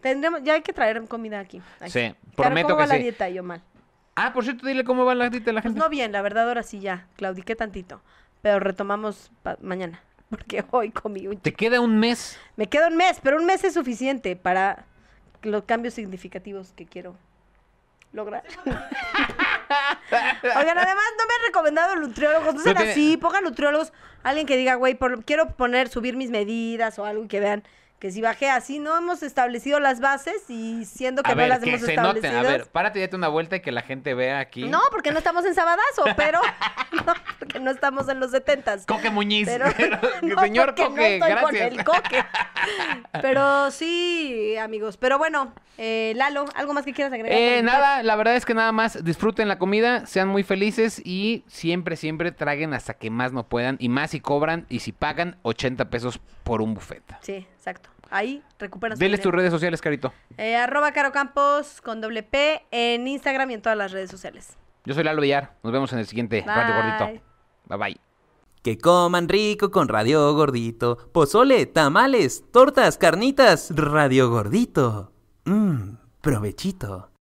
Speaker 3: Tendremos, ya hay que traer comida aquí. Ay,
Speaker 2: Sí,
Speaker 3: Caro,
Speaker 2: prometo
Speaker 3: ¿cómo
Speaker 2: que
Speaker 3: va la
Speaker 2: sí.
Speaker 3: dieta? Y Yo mal.
Speaker 2: Ah, por cierto, dile cómo va la dieta de la
Speaker 3: Pues
Speaker 2: gente.
Speaker 3: no bien, la verdad ahora sí ya, claudiqué tantito, pero retomamos pa- mañana, porque hoy comí un
Speaker 2: Te
Speaker 3: chi-
Speaker 2: queda un mes.
Speaker 3: Me queda un mes, pero un mes es suficiente para los cambios significativos que quiero lograr. Oigan, además no me han recomendado nutriólogos, no
Speaker 2: No
Speaker 3: sean
Speaker 2: tiene-
Speaker 3: así, pongan nutriólogos, alguien que diga, güey, por- quiero poner, subir mis medidas o algo y que vean Que si bajé así, no hemos establecido las bases y siendo que
Speaker 2: a
Speaker 3: no
Speaker 2: ver,
Speaker 3: las
Speaker 2: que
Speaker 3: hemos
Speaker 2: se note.
Speaker 3: establecido.
Speaker 2: A ver, párate y date una vuelta y que la gente vea aquí.
Speaker 3: No, porque no estamos en Sabadazo, pero no, porque no estamos en los setentas.
Speaker 2: Coque Muñiz.
Speaker 3: Pero, no,
Speaker 2: Señor
Speaker 3: porque no
Speaker 2: Coque,
Speaker 3: estoy con
Speaker 2: gracias.
Speaker 3: el coque. Pero sí, amigos. Pero bueno, eh, Lalo, ¿algo más que quieras agregar?
Speaker 2: Eh, nada, la verdad es que nada más disfruten la comida, sean muy felices y siempre, siempre traguen hasta que más no puedan y más si cobran y si pagan 80 pesos por un buffet.
Speaker 3: Sí, exacto. Ahí recuperas. tu
Speaker 2: Diles
Speaker 3: dinero.
Speaker 2: tus redes sociales, Carito.
Speaker 3: Eh, arroba Caro Campos con doble P en Instagram y en todas las redes sociales.
Speaker 2: Yo soy Lalo Villar, nos vemos en el siguiente Radio
Speaker 3: Bye.
Speaker 2: Gordito. Bye bye.
Speaker 1: Que coman rico con Radio Gordito. Pozole, tamales, tortas, carnitas, Radio Gordito. Mmm, provechito.